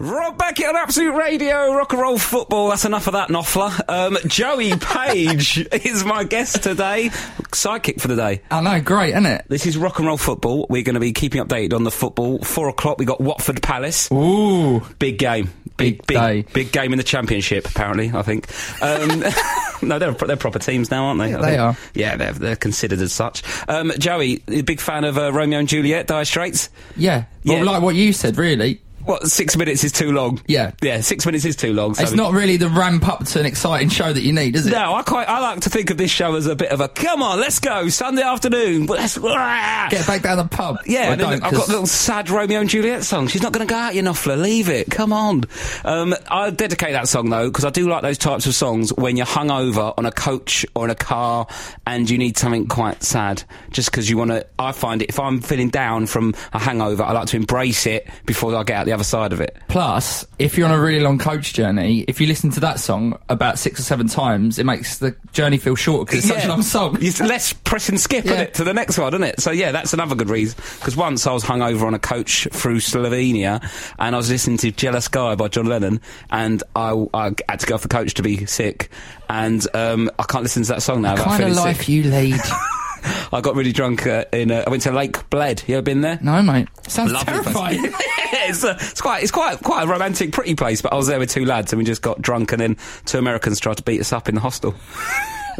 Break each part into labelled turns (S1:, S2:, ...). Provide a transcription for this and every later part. S1: Rob Beckett on Absolute Radio, rock and roll football. That's enough of that, Knopfler. Um, Joey Page is my guest today, sidekick for the day.
S2: I know, great, isn't it?
S1: This is rock and roll football. We're going to be keeping updated on the football. Four o'clock, we got Watford Palace.
S2: Ooh.
S1: Big game. Big,
S2: Big
S1: big,
S2: day.
S1: big, game in the championship. Apparently, I think. Um, no, they're pro- they're proper teams now, aren't they? I
S2: they
S1: think.
S2: are.
S1: Yeah, they're they're considered as such. Um, Joey, a big fan of uh, Romeo and Juliet, Dire Straits.
S2: Yeah. Well,
S1: Yeah.
S2: like what you said, really.
S1: What six minutes is too long?
S2: Yeah.
S1: yeah, six minutes is too long. So
S2: It's not really the ramp up to an exciting show that you need, is it?
S1: No, I quite. I like to think of this show as a bit of a come on, let's go Sunday afternoon. but Let's
S2: Get back down the pub.
S1: Yeah,
S2: Or
S1: and then
S2: don't,
S1: I've got
S2: 'cause-
S1: a little sad Romeo and Juliet song. She's not going to go out, you Knopfler. Leave it. Come on. Um, I'll dedicate that song, though, because I do like those types of songs when you're hungover on a coach or in a car and you need something quite sad. Just because you want to. I find it, if I'm feeling down from a hangover, I like to embrace it before I get out the other side of it.
S2: Plus, if you're on a really long coach journey, if you listen to that song about six or seven times, it makes the journey feel shorter because it's such a
S1: Yeah.
S2: long song.
S1: It's less press and skip,
S2: Yeah.
S1: isn't it, to the next one, isn't it? So yeah, that's another good reason. Because once I was hungover on a coach through Slovenia, and I was listening to "Jealous Guy" by John Lennon, and I, I had to go off the coach to be sick, and um, I can't listen to that song now.
S2: Kind of life
S1: Sick.
S2: you lead.
S1: I got really drunk uh, in. Uh, I went to Lake Bled. You ever been there?
S2: no, mate. Sounds
S1: Lovely place.
S2: terrifying.
S1: Yeah, it's, uh, it's quite it's quite quite a romantic, pretty place. But I was there with two lads, and we just got drunk, and then two Americans tried to beat us up in the hostel.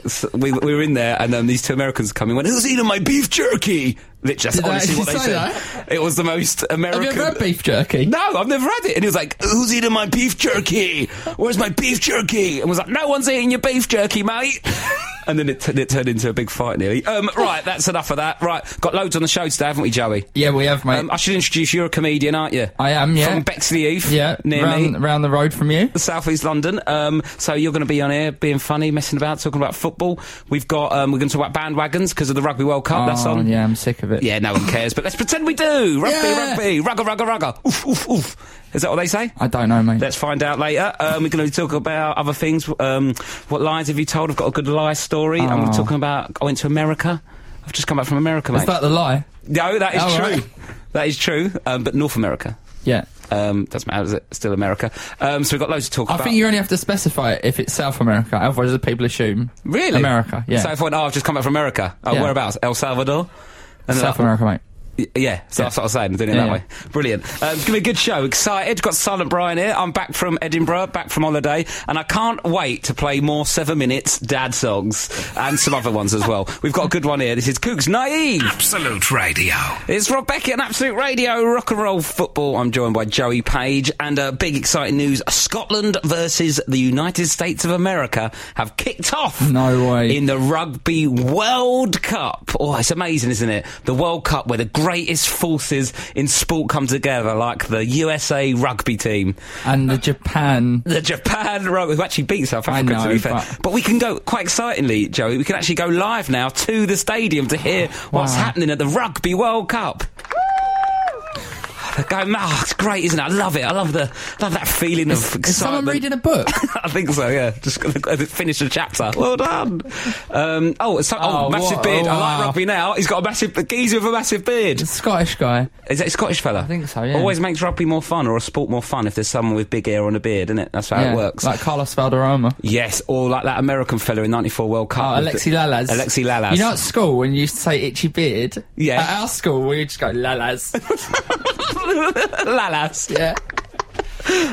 S1: So we, we were in there, and um, these two Americans come in. Went, "Who's eating my beef jerky?" Literally, that's
S2: Did they
S1: honestly what they
S2: actually say
S1: said. It was the most
S2: Have
S1: American.
S2: you ever had beef jerky?
S1: No, I've never had it. And he was like, Who's eating my beef jerky? Where's my beef jerky? And was like, No one's eating your beef jerky, mate. and then it, t- it turned into a big fight nearly. Um, right, that's enough of that. Right, got loads on the show today, haven't we, Joey?
S2: Yeah, we have, mate.
S1: Um, I should introduce you. You're a comedian, aren't you?
S2: I am, yeah.
S1: From Bexley Heath.
S2: yeah,
S1: Near
S2: round,
S1: me.
S2: round the road from you.
S1: Southeast London. Um, so you're going to be on here being funny, messing about, talking about football. We've got, um, we're going to talk about bandwagons because of the Rugby World Cup. That's
S2: Oh,
S1: on.
S2: Yeah, I'm sick of it.
S1: Yeah, no one cares, but let's pretend we do. Rugby,
S2: Yeah.
S1: rugby, rugger, rugger, rugger. Oof, oof, oof. Is that what they say?
S2: I don't know, mate.
S1: Let's find out later. Um, we're going to talk about other things. Um, what lies have you told? I've got a good lie story. And we're
S2: Oh.
S1: talking about I went to America. I've just come back from America, mate.
S2: Is that the lie?
S1: no, that is
S2: Oh,
S1: true.
S2: right.
S1: That is true. Um, but North America.
S2: Yeah.
S1: Um, doesn't matter, is it? Still America. Um, so we've got loads to talk
S2: I
S1: about.
S2: think you only have to specify it if it's South America, otherwise the people assume
S1: really
S2: America. Yeah,
S1: So if I went, oh, I've just come back from America. Oh,
S2: Yeah.
S1: whereabouts? El Salvador. And then
S2: South
S1: I-
S2: America, mate.
S1: Y- Yeah, so that's what I was saying, doing it
S2: Yeah,
S1: that
S2: yeah.
S1: way. Brilliant. Um, it's going to be a good show. Excited. Got Silent Brian here. I'm back from Edinburgh, back from holiday, and I can't wait to play more Seven Minutes Dad songs and some other ones as well. We've got a good one here. This is Cooks Naive.
S3: Absolute Radio.
S1: It's Rob Beckett on Absolute Radio, rock and roll football. I'm joined by Joey Page, and uh, big exciting news Scotland versus the United States of America have kicked off
S2: No way.
S1: in the Rugby World Cup. Oh, it's amazing, isn't it? The World Cup where the greatest forces in sport come together, like the USA rugby team,
S2: And the Japan.
S1: the Japan rugby, who actually beat South
S2: I
S1: Africa, to
S2: know,
S1: be fair.
S2: but-
S1: But we can go, quite excitingly, Joey, we can actually go live now to the stadium to hear what's
S2: Wow.
S1: happening at the Rugby World Cup. They're Going, oh, it's great, isn't it? I love it. I love the love that feeling of excitement.
S2: Is someone reading a book?
S1: I think so. Yeah, just gonna finish the chapter. Well done. Um, oh, so, oh,
S2: Oh,
S1: massive
S2: what-
S1: beard. I like
S2: wow.
S1: rugby now. He's got a massive a geezer with a massive beard.
S2: The Scottish guy.
S1: Is that a Scottish fella? I
S2: think so, yeah.
S1: Always makes rugby more fun or a sport more fun if there's someone with big hair and a beard, isn't it? That's how
S2: Yeah,
S1: it works.
S2: Like Carlos Valderrama.
S1: yes, or like that American fella in '94 World Cup.
S2: Oh,
S1: with
S2: Alexi
S1: the-
S2: Lalas.
S1: Alexi Lalas.
S2: You know at school when you used to say itchy beard?
S1: Yeah.
S2: At our school, we would just go Lalas.
S1: Lalas.
S2: yeah.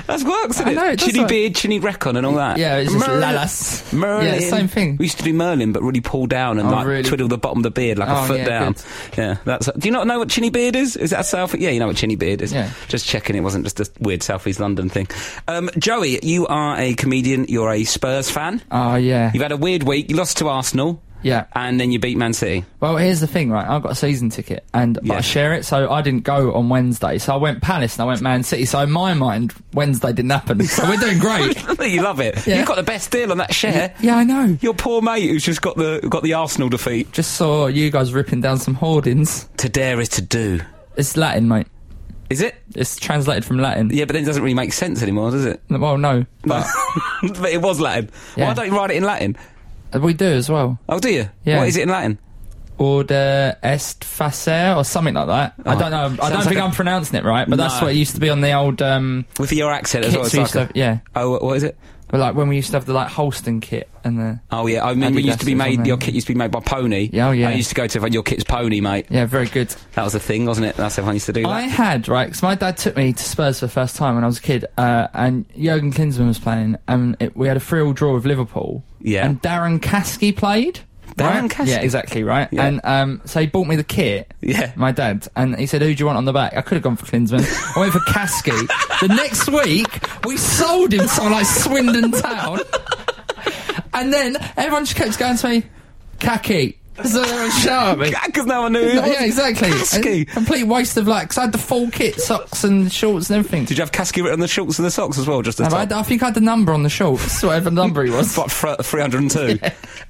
S1: That works, isn't
S2: I know,
S1: it?
S2: it does
S1: Chinny
S2: work.
S1: beard, chinny reckon, and all that.
S2: Yeah, it's just
S1: Merlin.
S2: Lalas.
S1: Merlin.
S2: Yeah, same thing.
S1: We used to do Merlin, but really pull down and
S2: Oh,
S1: like
S2: really?
S1: twiddle the bottom of the beard like a
S2: Oh,
S1: foot
S2: yeah,
S1: down.
S2: good.
S1: Yeah, that's. Do you not know what chinny beard is? Is that a South? Yeah, you know what chinny beard is.
S2: Yeah.
S1: Just checking, it wasn't just a weird Southeast London thing. Um, Joey, you are a comedian. You're a Spurs fan.
S2: Oh, yeah.
S1: You've had a weird week. You lost to Arsenal.
S2: Yeah.
S1: And then you beat Man City.
S2: Well, here's the thing, right? I've got a season ticket and but
S1: Yeah.
S2: I share it, so I didn't go on Wednesday. So I went Palace and I went Man City. So in my mind, Wednesday didn't happen. So we're doing great.
S1: you love it.
S2: Yeah.
S1: You got the best deal on that share.
S2: yeah, I know.
S1: Your poor mate who's just got the got the Arsenal defeat.
S2: Just saw you guys ripping down some hoardings.
S1: To dare is to do.
S2: It's Latin, mate.
S1: Is it?
S2: It's translated from Latin.
S1: Yeah, but then it doesn't really make sense anymore, does it?
S2: Well, no, but
S1: but it was Latin.
S2: Yeah.
S1: Why don't you write it in Latin?
S2: we do as well.
S1: Oh, do you?
S2: Yeah.
S1: What is it in Latin?
S2: Order Est Facer or something like that. I don't know.
S1: Oh.
S2: I
S1: Sounds
S2: don't
S1: like
S2: think
S1: a-
S2: i I'm pronouncing it right, but that's
S1: No.
S2: what it used to be on the old um,
S1: With your accent as
S2: kits
S1: well. it's
S2: we used to
S1: like
S2: have, yeah.
S1: a- oh, what is it?
S2: But like when we used to have the like Holston kit and the
S1: Oh yeah, I remember it used to be
S2: Adidas or
S1: made. Your
S2: something.
S1: kit used to be made by Pony.
S2: Yeah, oh, yeah.
S1: I used to go to your kit's Pony, mate.
S2: yeah, very good.
S1: That was the thing, wasn't it? That's everyone used to do.
S2: I
S1: That.
S2: had right because my dad took me to Spurs for the first time when I was a kid, uh, and Jurgen Klinsmann was playing, and it, we had a three-all draw with Liverpool.
S1: Yeah.
S2: and Darren Caskey played.
S1: Darren
S2: right?
S1: Caskey?
S2: yeah, exactly right.
S1: Yeah.
S2: And um, so he bought me the kit.
S1: Yeah.
S2: my dad, and he said, "Who do you want on the back?" I could have gone for Klinsmann. I went for Caskey. the next week, we sold him to someone like Swindon Town, and then everyone just kept going to me, Kaki. So they would shout at me.
S1: Because no one knew. who it
S2: Yeah,
S1: was.
S2: yeah, exactly.
S1: Kasky.
S2: A complete waste of like, 'cause I had the full kit, socks and shorts and everything.
S1: Did you have Kasky written on the shorts and the socks as well? Just the
S2: Have I,
S1: top?
S2: I think I had the number on the shorts, whatever number he was.
S1: What, fr- 302?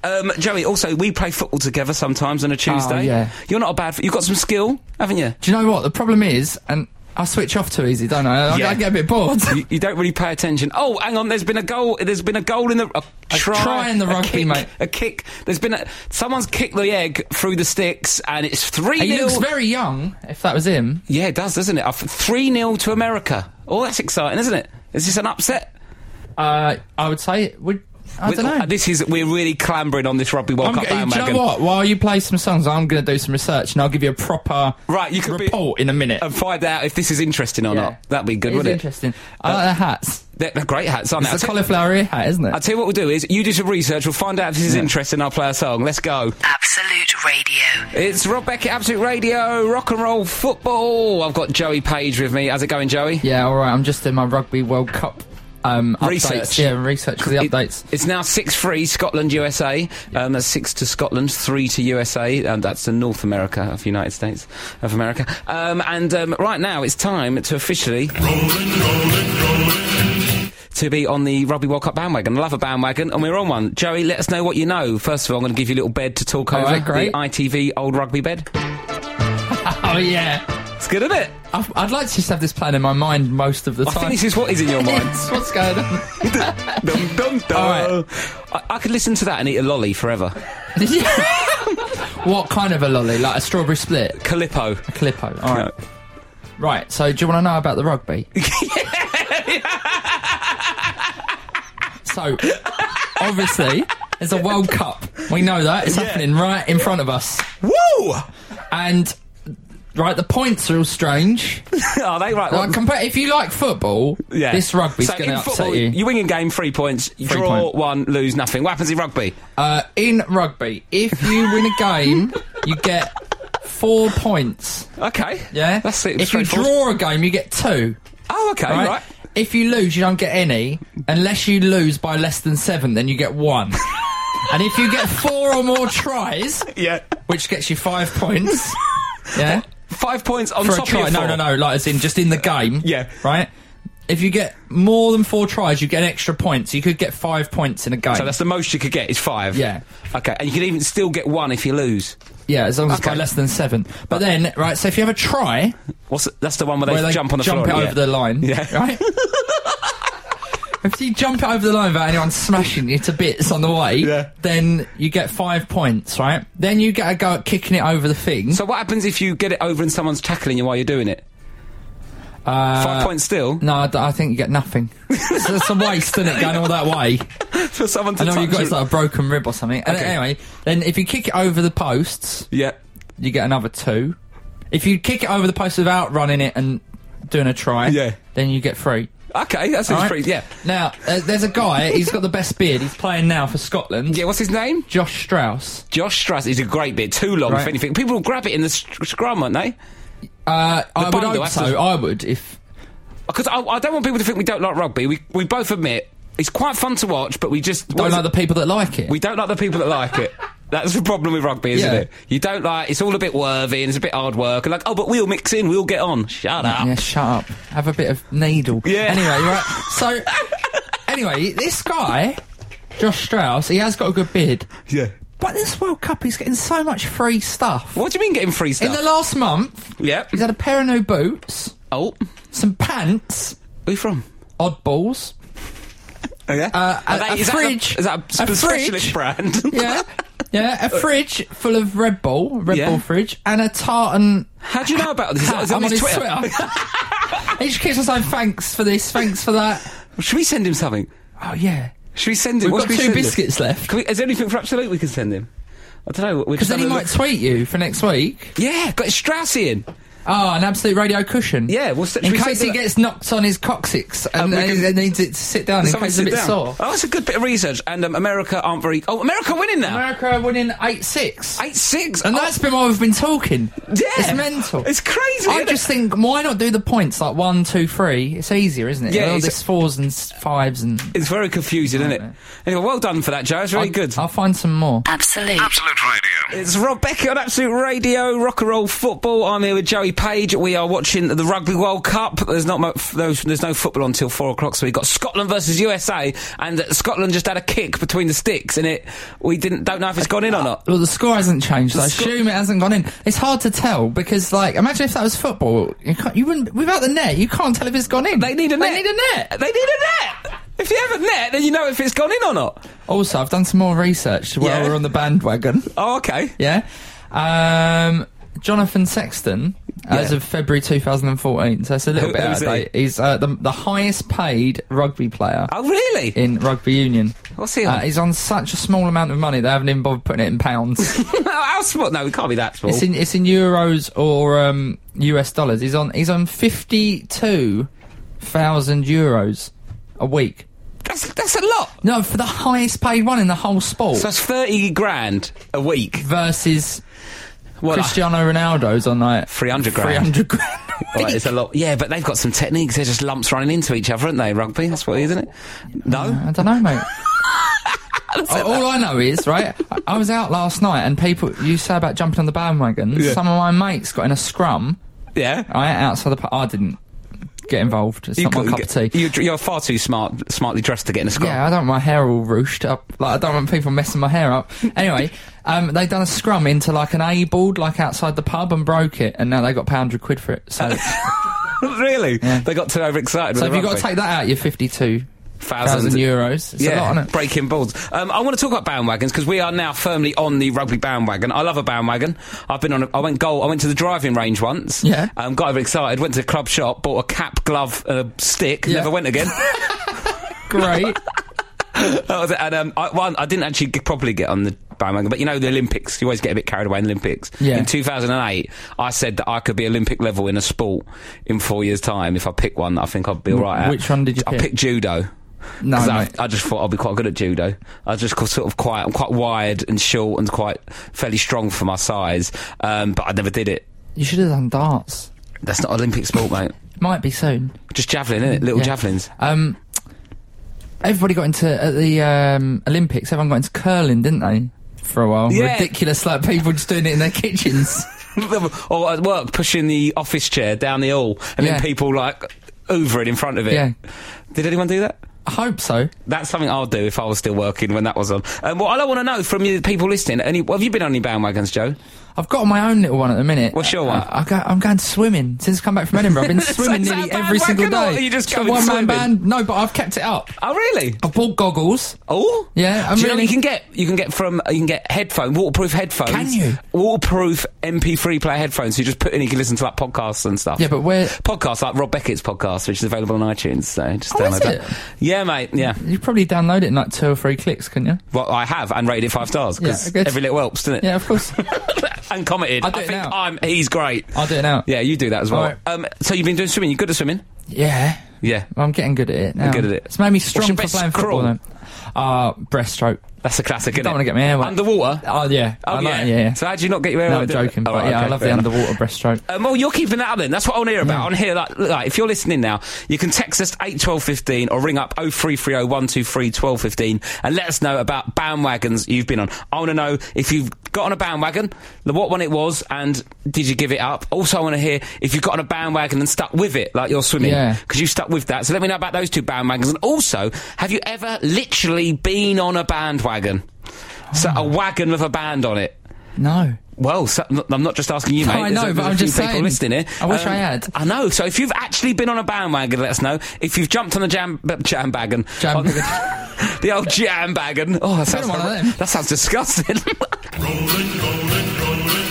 S1: um, Joey, also, we play football together sometimes on a Tuesday.
S2: Oh, yeah.
S1: You're not a bad... You've got some skill, haven't you?
S2: Do you know what? The problem is, and I switch off too easy, don't I? I,
S1: Yeah.
S2: I get a bit bored.
S1: You, you don't really pay attention. Oh, hang on. There's been a goal. There's been a goal in the a try,
S2: try in the
S1: a
S2: rugby,
S1: kick,
S2: mate.
S1: A kick. There's been a someone's kicked the egg through the sticks, and it's three.
S2: he
S1: nil.
S2: looks very young, if that was him.
S1: yeah, it does, doesn't it? Three 0 to America. Oh, that's exciting, isn't it? Is this an upset?
S2: Uh, I would say, it would I
S1: With-
S2: don't know.
S1: This is we're really clambering on this rugby World
S2: I'm
S1: Cup
S2: go- do
S1: bandwagon.
S2: you know what? While you play some songs, I'm going to do some research and I'll give you a proper
S1: Right, you could be-
S2: report in a minute.
S1: And find out if this is interesting or
S2: Yeah.
S1: not. That'd be good,
S2: It is
S1: wouldn't it?
S2: interesting. I like the hats.
S1: They're, they're great hats, aren't they?
S2: It's a
S1: I'll tell-
S2: cauliflower ear hat, isn't it?
S1: I'll tell you what we'll do is you do some research, we'll find out if this is interesting, I'll play a song. Let's go.
S3: Absolute Radio.
S1: It's Rob Beckett, Absolute Radio, rock and roll football. I've got Joey Page with me. How's it going, Joey?
S2: Yeah, all right. I'm just in my Rugby World Cup um, updates.
S1: Research.
S2: Yeah, research for the updates.
S1: It's now 6 3 Scotland USA. Um, that's 6 to Scotland, 3 to USA. And Um, that's the North America of the United States of America. Um, and um, right now it's time to officially. To be on the Rugby World Cup bandwagon. I love a bandwagon, and we're on one. Joey, let us know what you know. First of all, I'm going to give you a little bed to talk over.
S2: right, great.
S1: The ITV old rugby bed.
S2: Oh yeah,
S1: It's good, isn't it?
S2: I've, I'd like to just have this plan in my mind most of the
S1: I
S2: time.
S1: think this is what is in your mind.
S2: Yes, What's going on?
S1: dum, dum, dum.
S2: All
S1: I, I could listen to that and eat a lolly forever.
S2: what kind of a lolly? Like a strawberry split,
S1: Calippo.
S2: a clippo. All right. Right, so do you want to know about the rugby? so, obviously, there's a World Cup. We know that. It's happening right in front of us.
S1: Woo!
S2: And, right, the points are all strange.
S1: Are they right?
S2: Like, compare, if you like football, this rugby's
S1: So
S2: going to
S1: in
S2: upset
S1: football,
S2: you.
S1: You win a game, three points. draw
S2: point.
S1: one, lose nothing. What happens in rugby?
S2: Uh, in rugby, if you win a game, you get four points.
S1: Okay.
S2: Yeah?
S1: That's it.
S2: If you
S1: straightforward.
S2: draw a game, you get two.
S1: Oh, okay.
S2: Right?
S1: Right.
S2: If you lose, you don't get any. Unless you lose by less than seven, then you get one. and if you get four or more tries,
S1: Yeah.
S2: which gets you five points, yeah?
S1: Five points on
S2: For a
S1: top
S2: try.
S1: of your
S2: No,
S1: four.
S2: no, no. Like, as in just in the game.
S1: Yeah.
S2: Right? If you get more than four tries, you get an extra point. So you could get five points in a game.
S1: So that's the most you could get is five.
S2: Yeah.
S1: Okay, and you can even still get one if you lose.
S2: yeah, as long as it's by
S1: Okay.
S2: less than seven. But then, right, so if you have a try,
S1: What's the, that's the one where they,
S2: where they
S1: jump on the
S2: jump
S1: floor.
S2: it
S1: yeah.
S2: over the line,
S1: Yeah.
S2: right? if you jump it over the line without anyone smashing you to bits on the way,
S1: Yeah.
S2: then you get five points, right? Then you get a go at kicking it over the thing.
S1: So what happens if you get it over and someone's tackling you while you're doing it?
S2: Uh,
S1: Five points still
S2: No, I, d- I think you get nothing. it's, it's a waste, isn't it, going all that way?
S1: for someone to
S2: And all
S1: touch
S2: you've got
S1: you.
S2: is like a broken rib or something. And
S1: Okay.
S2: anyway, then if you kick it over the posts,
S1: yeah.
S2: you get another two. If you kick it over the posts without running it and doing a try,
S1: Yeah.
S2: then you get three.
S1: Okay, that
S2: All
S1: seems
S2: right?
S1: pretty. Yeah.
S2: Now, uh, there's a guy, he's got the best beard. He's playing now for Scotland.
S1: Yeah, what's his name?
S2: Josh Strauss.
S1: Josh Strauss is a great bit. Too long, if
S2: Right.
S1: anything. People will grab it in the sc- scrum, aren't they?
S2: Uh, I would
S1: bundle,
S2: hope
S1: that's
S2: so.
S1: the-
S2: I would if.
S1: Because I, I don't want people to think we don't like rugby. We, we both admit it's quite fun to watch, but we just what
S2: Don't
S1: is
S2: like
S1: it?
S2: the people that like it.
S1: we don't like the people that like it. That's the problem with rugby, isn't
S2: Yeah.
S1: it? You don't like it's all a bit worthy and it's a bit hard work. And like, oh, but we'll mix in, we'll get on. Shut up.
S2: yeah, shut up. Have a bit of needle.
S1: Yeah.
S2: Anyway, right. So, anyway, this guy, Josh Strauss, he has got a good beard.
S1: Yeah.
S2: But this World Cup, he's getting so much free stuff.
S1: What do you mean getting free
S2: In
S1: stuff?
S2: the last month,
S1: yep.
S2: he's had a pair of new boots,
S1: Oh, who
S2: some pants,
S1: you from?
S2: oddballs,
S1: Okay.
S2: Uh, a- a
S1: is
S2: fridge.
S1: That the, is that a,
S2: A
S1: specialist
S2: fridge.
S1: brand?
S2: yeah, Yeah, a fridge full of Red Bull, Red
S1: Yeah.
S2: Bull fridge, and a tartan.
S1: How do you know about this? Is that-
S2: hat
S1: is that
S2: on
S1: on his Twitter?
S2: he just keeps on saying thanks for this, thanks for that.
S1: Should we send him something?
S2: Oh yeah,
S1: Should we send him?
S2: we've
S1: what should
S2: got
S1: we
S2: two
S1: send him?
S2: biscuits left.
S1: Can we, is there anything for Absolute we can send him? I don't know.
S2: Because then he might tweet you for next week.
S1: Yeah, got Straussy in.
S2: Oh, an absolute radio cushion.
S1: Yeah, well, so-
S2: in
S1: should we
S2: case
S1: say
S2: he
S1: that-
S2: gets knocked on his coccyx and,
S1: we
S2: and
S1: can-
S2: he needs it to sit down in
S1: Someone
S2: case he's
S1: sit
S2: a bit
S1: down.
S2: sore.
S1: Oh, that's a good bit of research. And um, America aren't very. Oh, America winning now.
S2: America winning eight six,
S1: Eight six.
S2: and
S1: Oh,
S2: that's been why we've been talking.
S1: yeah.
S2: it's mental.
S1: It's crazy.
S2: I
S1: isn't
S2: just
S1: it?
S2: think why not do the points like one, two, three? It's easier, isn't it?
S1: Yeah,
S2: all
S1: it's-
S2: this fours and s- fives and.
S1: It's very confusing, isn't it?
S2: Right.
S1: Anyway, well done for that, Joe. It's very good.
S2: I'll find some more.
S3: Absolute.
S4: Absolute Radio.
S1: It's Rob Beckett on Absolute Radio, Rock and Roll Football. I'm here with Joey Page. We are watching the Rugby World Cup. There's not much, there's, there's no football until four o'clock, so we got Scotland versus USA, and Scotland just had a kick between the sticks, and it we didn't don't know if it's gone in or not.
S2: Well, the score hasn't changed. so I
S1: sco-
S2: assume it hasn't gone in. It's hard to tell because, like, imagine if that was football. You can't. You wouldn't without the net. You can't tell if it's gone in.
S1: They need a net.
S2: They need a net.
S1: They need a net. If you have a net, then you know if it's gone in or not.
S2: Also, I've done some more research while
S1: Yeah.
S2: we're on the bandwagon.
S1: Oh, okay.
S2: Yeah. Um, Jonathan Sexton, as
S1: Yeah.
S2: of February 2014, so it's a little
S1: Who-
S2: bit out
S1: who's
S2: of date. He's uh, the, the highest paid rugby player
S1: Oh, really?
S2: in rugby union.
S1: What's he
S2: Uh,
S1: on?
S2: he's on such a small amount of money they haven't even bothered putting it in pounds.
S1: How small? No, it can't be that small.
S2: it's in it's in euros or um, US dollars. He's on he's on fifty two thousand euros a week.
S1: that's, that's a lot.
S2: No, for the highest paid one in the whole sport.
S1: So that's 30 grand a week.
S2: versus
S1: Well,
S2: Cristiano Ronaldo's on like
S1: 300 grand.
S2: 300 grand.
S1: Well, it's a lot. Yeah, but they've got some techniques. They're just lumps running into each other, aren't they? Rugby, that's what it is, isn't it? No?
S2: I don't know, mate. all all I know is, right, I- I was out last night and people, you say about jumping on the bandwagon,
S1: Yeah.
S2: some of my mates got in a scrum,
S1: Yeah.
S2: right, outside the pub. I didn't get involved. It's not my
S1: couldn't
S2: cup of
S1: get-
S2: tea.
S1: you- You're far too smart, smartly dressed to get in a scrum.
S2: Yeah, I don't want my hair all rooshed up. Like, I don't want people messing my hair up. Anyway, um, they done a scrum into like an A board, like outside the pub, and broke it, and now they got pound hundred quid for it. So,
S1: really? They got too overexcited. with
S2: so if
S1: the
S2: you've got
S1: rugby.
S2: to take that out, you're fifty-two
S1: thousands
S2: thousand euros. It's
S1: yeah,
S2: a lot, isn't it?
S1: breaking balls. Um, I want to talk about bandwagons because we are now firmly on the rugby bandwagon. I love a bandwagon. I've been on. A, I went goal. I went to the driving range once.
S2: Yeah.
S1: Um, got over excited. Went to the club shop. Bought a cap, glove, and a stick.
S2: Yeah.
S1: Never went again.
S2: Great.
S1: That was it. and um, I, one, I didn't actually get, properly get on the bandwagon, but you know the Olympics. You always get a bit carried away in the Olympics.
S2: Yeah.
S1: In 2008, I said that I could be Olympic level in a sport in four years' time if I pick one. that I think I'd be all right. at.
S2: which one did you
S1: I
S2: pick?
S1: picked judo.
S2: No,
S1: 'Cause I,
S2: mate.
S1: I just thought I'd be quite good at judo. I just got sort of quite. I'm quite wide and short and quite fairly strong for my size. Um, but I never did it.
S2: You should have done darts.
S1: That's not Olympic sport, mate.
S2: Might be soon.
S1: Just javelin, innit? Little
S2: Yeah.
S1: javelins.
S2: Um, everybody got into at the um, Olympics. Everyone got into curling, didn't they? For a while,
S1: Yeah.
S2: ridiculous. Like people just doing it in their kitchens.
S1: or at work pushing the office chair down the hall and
S2: Yeah.
S1: then people like over it in front of it.
S2: Yeah.
S1: Did anyone do that?
S2: I hope so.
S1: That's something I'll do if I was still working when that was on. Um, well, I don't want to know from you people listening. Any, what have you been on any bandwagons, Joe?
S2: I've got my own little one at the minute.
S1: What's your one?
S2: Uh, I go, I'm going swimming. Since I come back from Edinburgh, I've been
S1: So
S2: swimming
S1: is that
S2: nearly
S1: a
S2: every single
S1: bandwagon or
S2: day.
S1: are you just
S2: It's a
S1: going
S2: one-man
S1: swimming?
S2: band. No, but I've kept it up.
S1: Oh, really?
S2: I've bought goggles.
S1: Oh,
S2: Yeah, I'm
S1: Do you know
S2: really-
S1: what you can get? You can get from you can get headphone waterproof headphones.
S2: Can you?
S1: waterproof MP3 player headphones? You just put in, you can listen to like podcasts and stuff.
S2: Yeah, but where
S1: podcasts like Rob Beckett's podcast, which is available on iTunes. So just
S2: Oh,
S1: download
S2: is
S1: that.
S2: it?
S1: Yeah, mate. Yeah.
S2: you probably download it in like two or three clicks, couldn't you?
S1: Well, I have and rated it five stars
S2: Yeah,
S1: because
S2: good.
S1: every little helps, doesn't it?
S2: Yeah, of course.
S1: and commented. I,
S2: I'll do it
S1: think
S2: now.
S1: I'm. He's great.
S2: I'll do it now.
S1: Yeah, you do that as well.
S2: All right.
S1: Um, so you've been doing swimming. You good at swimming?
S2: Yeah.
S1: Yeah,
S2: Well, I'm getting good at it now.
S1: good at it.
S2: It's made me
S1: What's your
S2: strong for
S1: best
S2: playing
S1: crawl?
S2: football. Then. Uh, breaststroke.
S1: that's a classic. Isn't
S2: Don't
S1: it?
S2: want to get my hair wet.
S1: underwater.
S2: Oh yeah.
S1: Oh,
S2: I like-
S1: yeah.
S2: yeah, yeah.
S1: So how do you not get your hair
S2: no,
S1: wet?
S2: I'm joking.
S1: Oh,
S2: but
S1: right,
S2: yeah, I
S1: okay,
S2: love
S1: fair
S2: the
S1: enough.
S2: underwater breaststroke.
S1: Um, well, you're keeping that up then. That's what I want to hear about. I want to hear that. Like, if you're listening now, you can text us eight twelve fifteen or ring up 0330 123 1215 and let us know about bandwagons you've been on. I want to know if you've got on a bandwagon, the- what one it was, and did you give it up? Also, I want to hear if you've got on a bandwagon and stuck with it, like you're swimming,
S2: Yeah.
S1: because you stuck with that. So let me know about those two bandwagons. And also, have you ever literally been on a bandwagon? So a wagon with a band on it.
S2: No.
S1: Well, so, n- I'm not just asking you,
S2: No,
S1: mate.
S2: I
S1: There's
S2: know,
S1: a-
S2: but
S1: there's a
S2: I'm
S1: few
S2: just
S1: people
S2: saying.
S1: listening here. Um,
S2: I wish I had.
S1: I know. So if you've actually been on a bandwagon, let us know. If you've jumped on the jam b- jam bagon,
S2: Jam
S1: on-
S2: bagon.
S1: the old jam bagon. Oh, that sounds
S2: on one of
S1: horri-
S2: them.
S1: that sounds disgusting.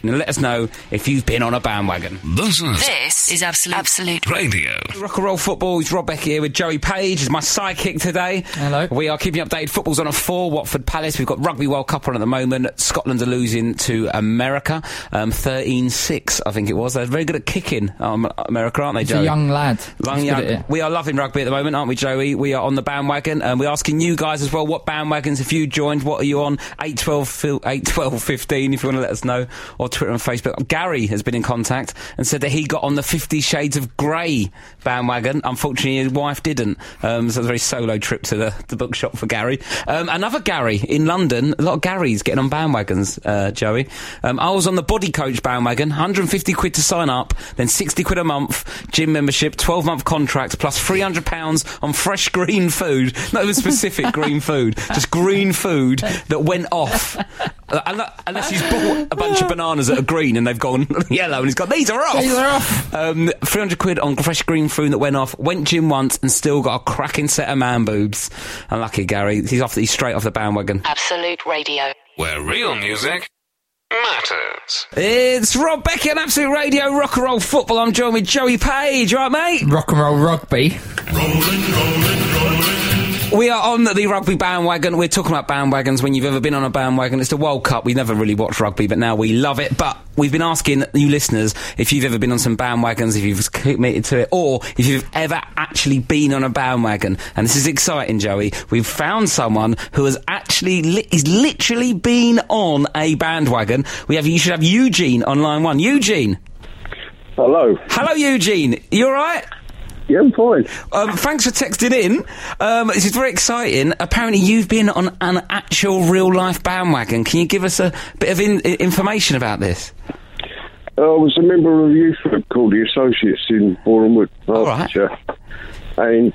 S1: Now let us know if you've been on a bandwagon.
S4: This is
S3: This is Absolute, Absolute
S4: Radio.
S1: Rock and roll football. It's Rob Beck here with Joey Page. Is my sidekick today.
S2: Hello.
S1: We are keeping you updated. Football's on at four. Watford Palace. We've got Rugby World Cup on at the moment. Scotland are losing to America, um, 13-6, I think it was. They're very good at kicking um, America, aren't they,
S2: He's
S1: Joey?
S2: a young lad.
S1: Long
S2: He's
S1: young-
S2: good at it.
S1: we are loving rugby at the moment, aren't we, Joey? We are on the bandwagon, and we're asking you guys as well. What bandwagons have you joined? What are you on? 8, 12, fil- 8, 12, 15, if you want to let us know, or Twitter and Facebook. Gary has been in contact and said that he got on the Fifty Shades of Grey bandwagon. Unfortunately, his wife didn't, um, so it was a very solo trip to the, the bookshop for Gary. Um, another Gary in London. A lot of Garys getting on bandwagons, uh, Joey. Um, I was on the body coach bandwagon, 150 quid to sign up, then 60 quid a month, gym membership, 12 month contract, plus 300 pounds on fresh green food. Not even specific green food, just green food that went off. Uh, unle- Unless he's bought a bunch of bananas that are green and they've gone yellow and he's gone, these are off!
S2: These are off.
S1: Um, 300 quid on fresh green food that went off, went gym once and still got a cracking set of man boobs. Unlucky Gary, he's off, he's straight off the bandwagon.
S5: Absolute Radio.
S4: Where real music matters.
S1: It's Rob Becky on Absolute Radio, rock and roll football. I'm joined with Joey Page, right, mate?
S2: Rock and roll rugby.
S1: We are on the rugby bandwagon. We're talking about bandwagons when you've ever been on a bandwagon. It's the World Cup. We never really watched rugby, but now we love it. But we've been asking you listeners if you've ever been on some bandwagons, if you've committed to it, or if you've ever actually been on a bandwagon. And this is exciting, Joey. We've found someone who has actually li- is literally been on a bandwagon. We have you should have Eugene on line one. Eugene.
S6: Hello.
S1: Hello, Eugene. You all right?
S6: Yeah, I'm fine.
S1: Um, thanks for texting in. Um, this is very exciting. Apparently, you've been on an actual real life bandwagon. Can you give us a bit of in- i- information about this?
S6: Uh, I was a member of a youth group called the Associates in Boreham Wood,
S1: right.
S6: Hertfordshire. And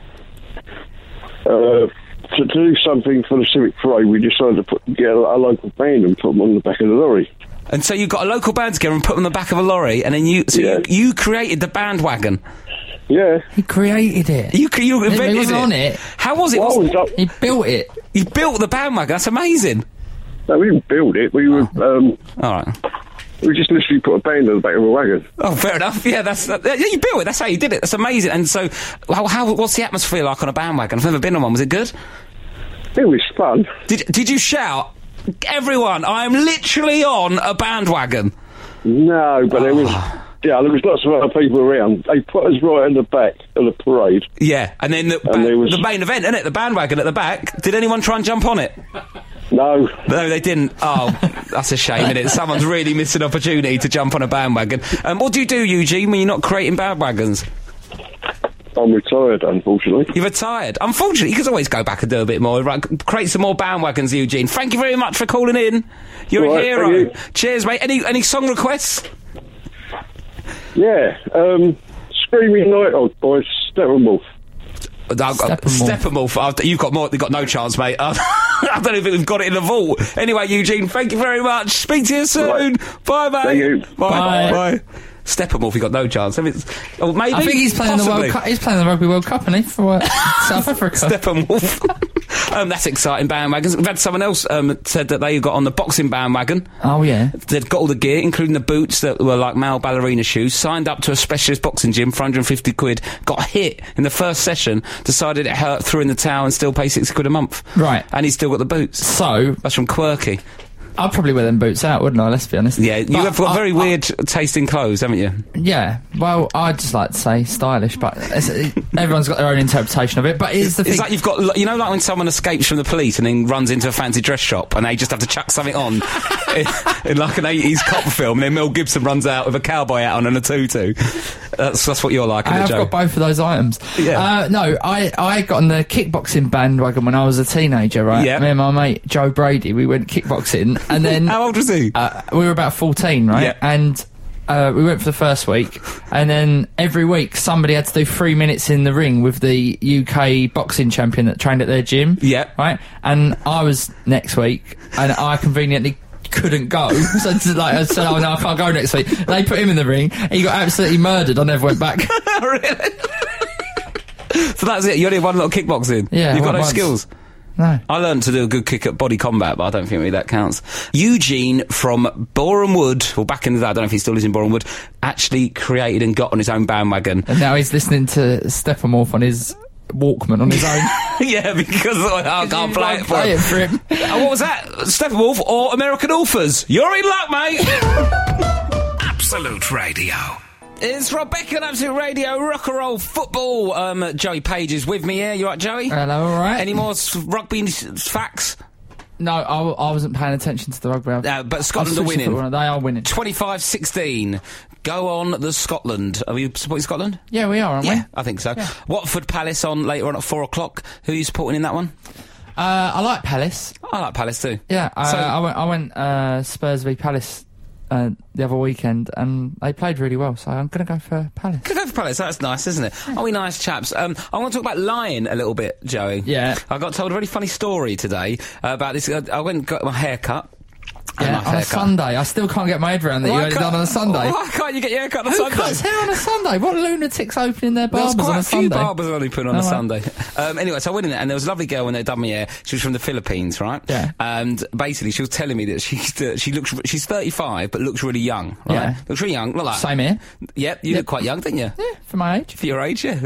S6: uh, to do something for the Civic Parade, we decided to put, get a, a local band and put them on the back of the lorry.
S1: And so you got a local band together and put them on the back of a lorry, and then you so
S6: Yeah.
S1: you, you created the bandwagon.
S6: Yeah.
S2: He created it.
S1: You cre- you
S2: he
S1: invented
S2: wasn't on it.
S1: How was it?
S6: Well,
S1: Was-
S6: no,
S2: He built it.
S1: you built the bandwagon. That's amazing.
S6: no, we didn't build it. We were um,
S1: All right.
S6: we just literally put a band on the back of a wagon.
S1: Oh, fair enough. Yeah, that's that, yeah. You built it. That's how you did it. That's amazing. And so, how, how what's the atmosphere like on a bandwagon? I've never been on one. Was it good?
S6: It was fun.
S1: Did did you shout? Everyone, I am literally on a bandwagon.
S6: No, but there was yeah, there was lots of other people around. They put us right in the back of the parade.
S1: Yeah, and then the,
S6: And
S1: ba-
S6: there was-
S1: the main event, innit? The bandwagon at the back. Did anyone try and jump on it?
S6: No,
S1: No, they didn't. Oh, that's a shame, innit? Someone's really missed an opportunity to jump on a bandwagon. Um, what do you do, Eugene, when you're not creating bandwagons?
S6: I'm retired, unfortunately.
S1: You're retired. Unfortunately, you could always go back and do a bit more. Right, create some more bandwagons, Eugene. Thank you very much for calling in. You're
S6: All
S1: a
S6: right,
S1: hero.
S6: thank you.
S1: Cheers, mate. Any any song requests?
S6: Yeah, um, Screaming Night Owl by Steppenwolf.
S1: I've got-
S2: Steppenwolf.
S1: Steppenwolf. I've- You've got more. You've got no chance, mate. Uh, I don't even think we've got it in the vault. Anyway, Eugene, thank you very much. Speak to you soon.
S6: Right.
S1: Bye, mate.
S6: Thank you.
S1: Bye. Bye.
S2: Bye.
S1: Steppenwolf, you got no chance. If it's, oh, maybe.
S2: I think he's playing
S1: possibly.
S2: the World Cup. He's playing the Rugby World Cup, isn't he? For uh, South Africa.
S1: Steppenwolf. um, that's exciting bandwagons. We've had someone else um, said that they got on the boxing bandwagon.
S2: oh yeah.
S1: They'd got all the gear, including the boots that were like male ballerina shoes, signed up to a specialist boxing gym for 150 quid, got hit in the first session, decided it hurt, threw in the towel and still pay 60 quid a month.
S2: Right.
S1: And he's still got the boots.
S2: So
S1: That's from Quirky.
S2: I'd probably wear them boots out, wouldn't I? Let's be honest.
S1: Yeah, you
S2: But
S1: have got
S2: I-
S1: very
S2: I-
S1: weird taste in clothes, haven't you?
S2: Yeah. Well, I'd just like to say stylish, but it's, it, everyone's got their own interpretation of it. But it's the
S1: It's
S2: thing.
S1: like you've got, lo- you know, like when someone escapes from the police and then runs into a fancy dress shop and they just have to chuck something on in, in like an 80s cop film and then Mel Gibson runs out with a cowboy hat on and a tutu. That's, that's what you're like,
S2: I
S1: isn't it,
S2: have
S1: Joe?
S2: got both of those items.
S1: Yeah.
S2: Uh, no, I, I got on the kickboxing bandwagon when I was a teenager, right?
S1: Yeah.
S2: Me and my mate Joe Brady, we went kickboxing, and then
S1: How old was he?
S2: uh, we were about 14, right?
S1: Yeah.
S2: And uh, we went for the first week, and then every week somebody had to do three minutes in the ring with the UK boxing champion that trained at their gym.
S1: Yeah.
S2: Right? And I was next week, and I conveniently couldn't go. So it's like I said, oh no, I can't go next week. They put him in the ring. He got absolutely murdered. I never went back.
S1: Really? so that's it. You only had one little kickboxing.
S2: Yeah,
S1: you've got
S2: one
S1: no
S2: once.
S1: skills.
S2: No.
S1: I learned to do a good kick at body combat, but I don't think really that counts. Eugene from Boreham Wood, well, back in the day, I don't know if he still lives in Boreham Wood, actually created and got on his own bandwagon.
S2: And now he's listening to Steppenwolf on his Walkman on his own.
S1: yeah, because I can't
S2: You
S1: play
S2: won't
S1: it for him.
S2: for him.
S1: Uh, what was that? Steppenwolf or American Authors? You're in luck, mate!
S4: Absolute Radio.
S1: it's Rebecca and Absolute Radio, rock and roll football. Um, Joey Page is with me here. You right, Joey?
S2: Hello, all right.
S1: Any more s- rugby s- facts?
S2: No, I, w- I wasn't paying attention to the rugby. I-
S1: Uh, but
S2: I'm
S1: Scotland are
S2: switching
S1: winning.
S2: football now. They are winning.
S1: 25 16. Go on the Scotland. Are we supporting Scotland?
S2: Yeah, we are, aren't we?
S1: I think so. Watford Palace on later on at four o'clock. Who are you supporting in that one?
S2: Uh, I like Palace.
S1: I like Palace too.
S2: Yeah, uh,
S1: So-
S2: I went, I went uh, Spurs v Palace uh, the other weekend, and they played really well. So I'm going to go for Palace.
S1: Could go for Palace. That's nice, isn't it? Are we nice chaps? Um, I want to talk about lying a little bit, Joey.
S2: Yeah.
S1: I got told a really funny story today uh, about this. Uh, I went and got my hair cut. I
S2: Yeah,
S1: love
S2: on a
S1: haircut.
S2: Sunday. I still can't get my head around that you
S1: Why
S2: had it
S1: can't-
S2: done on a Sunday.
S1: Why can't you get your hair cut on a
S2: Who
S1: Sunday?
S2: cuts hair on a Sunday? What lunatics opening their
S1: There was
S2: barbers
S1: quite
S2: on a
S1: a few
S2: Sunday?
S1: barbers only put on a
S2: right.
S1: Sunday. Um, anyway, so I went in there and there was a lovely girl when they done my hair. She was from the Philippines, right?
S2: Yeah.
S1: And basically, she was telling me that she used to- she looks she's thirty five but looks really young, right?
S2: Yeah.
S1: Looks really young. Look like
S2: Same here.
S1: Yep, you look quite young, didn't you?
S2: Yeah, for my age.
S1: For your age, yeah.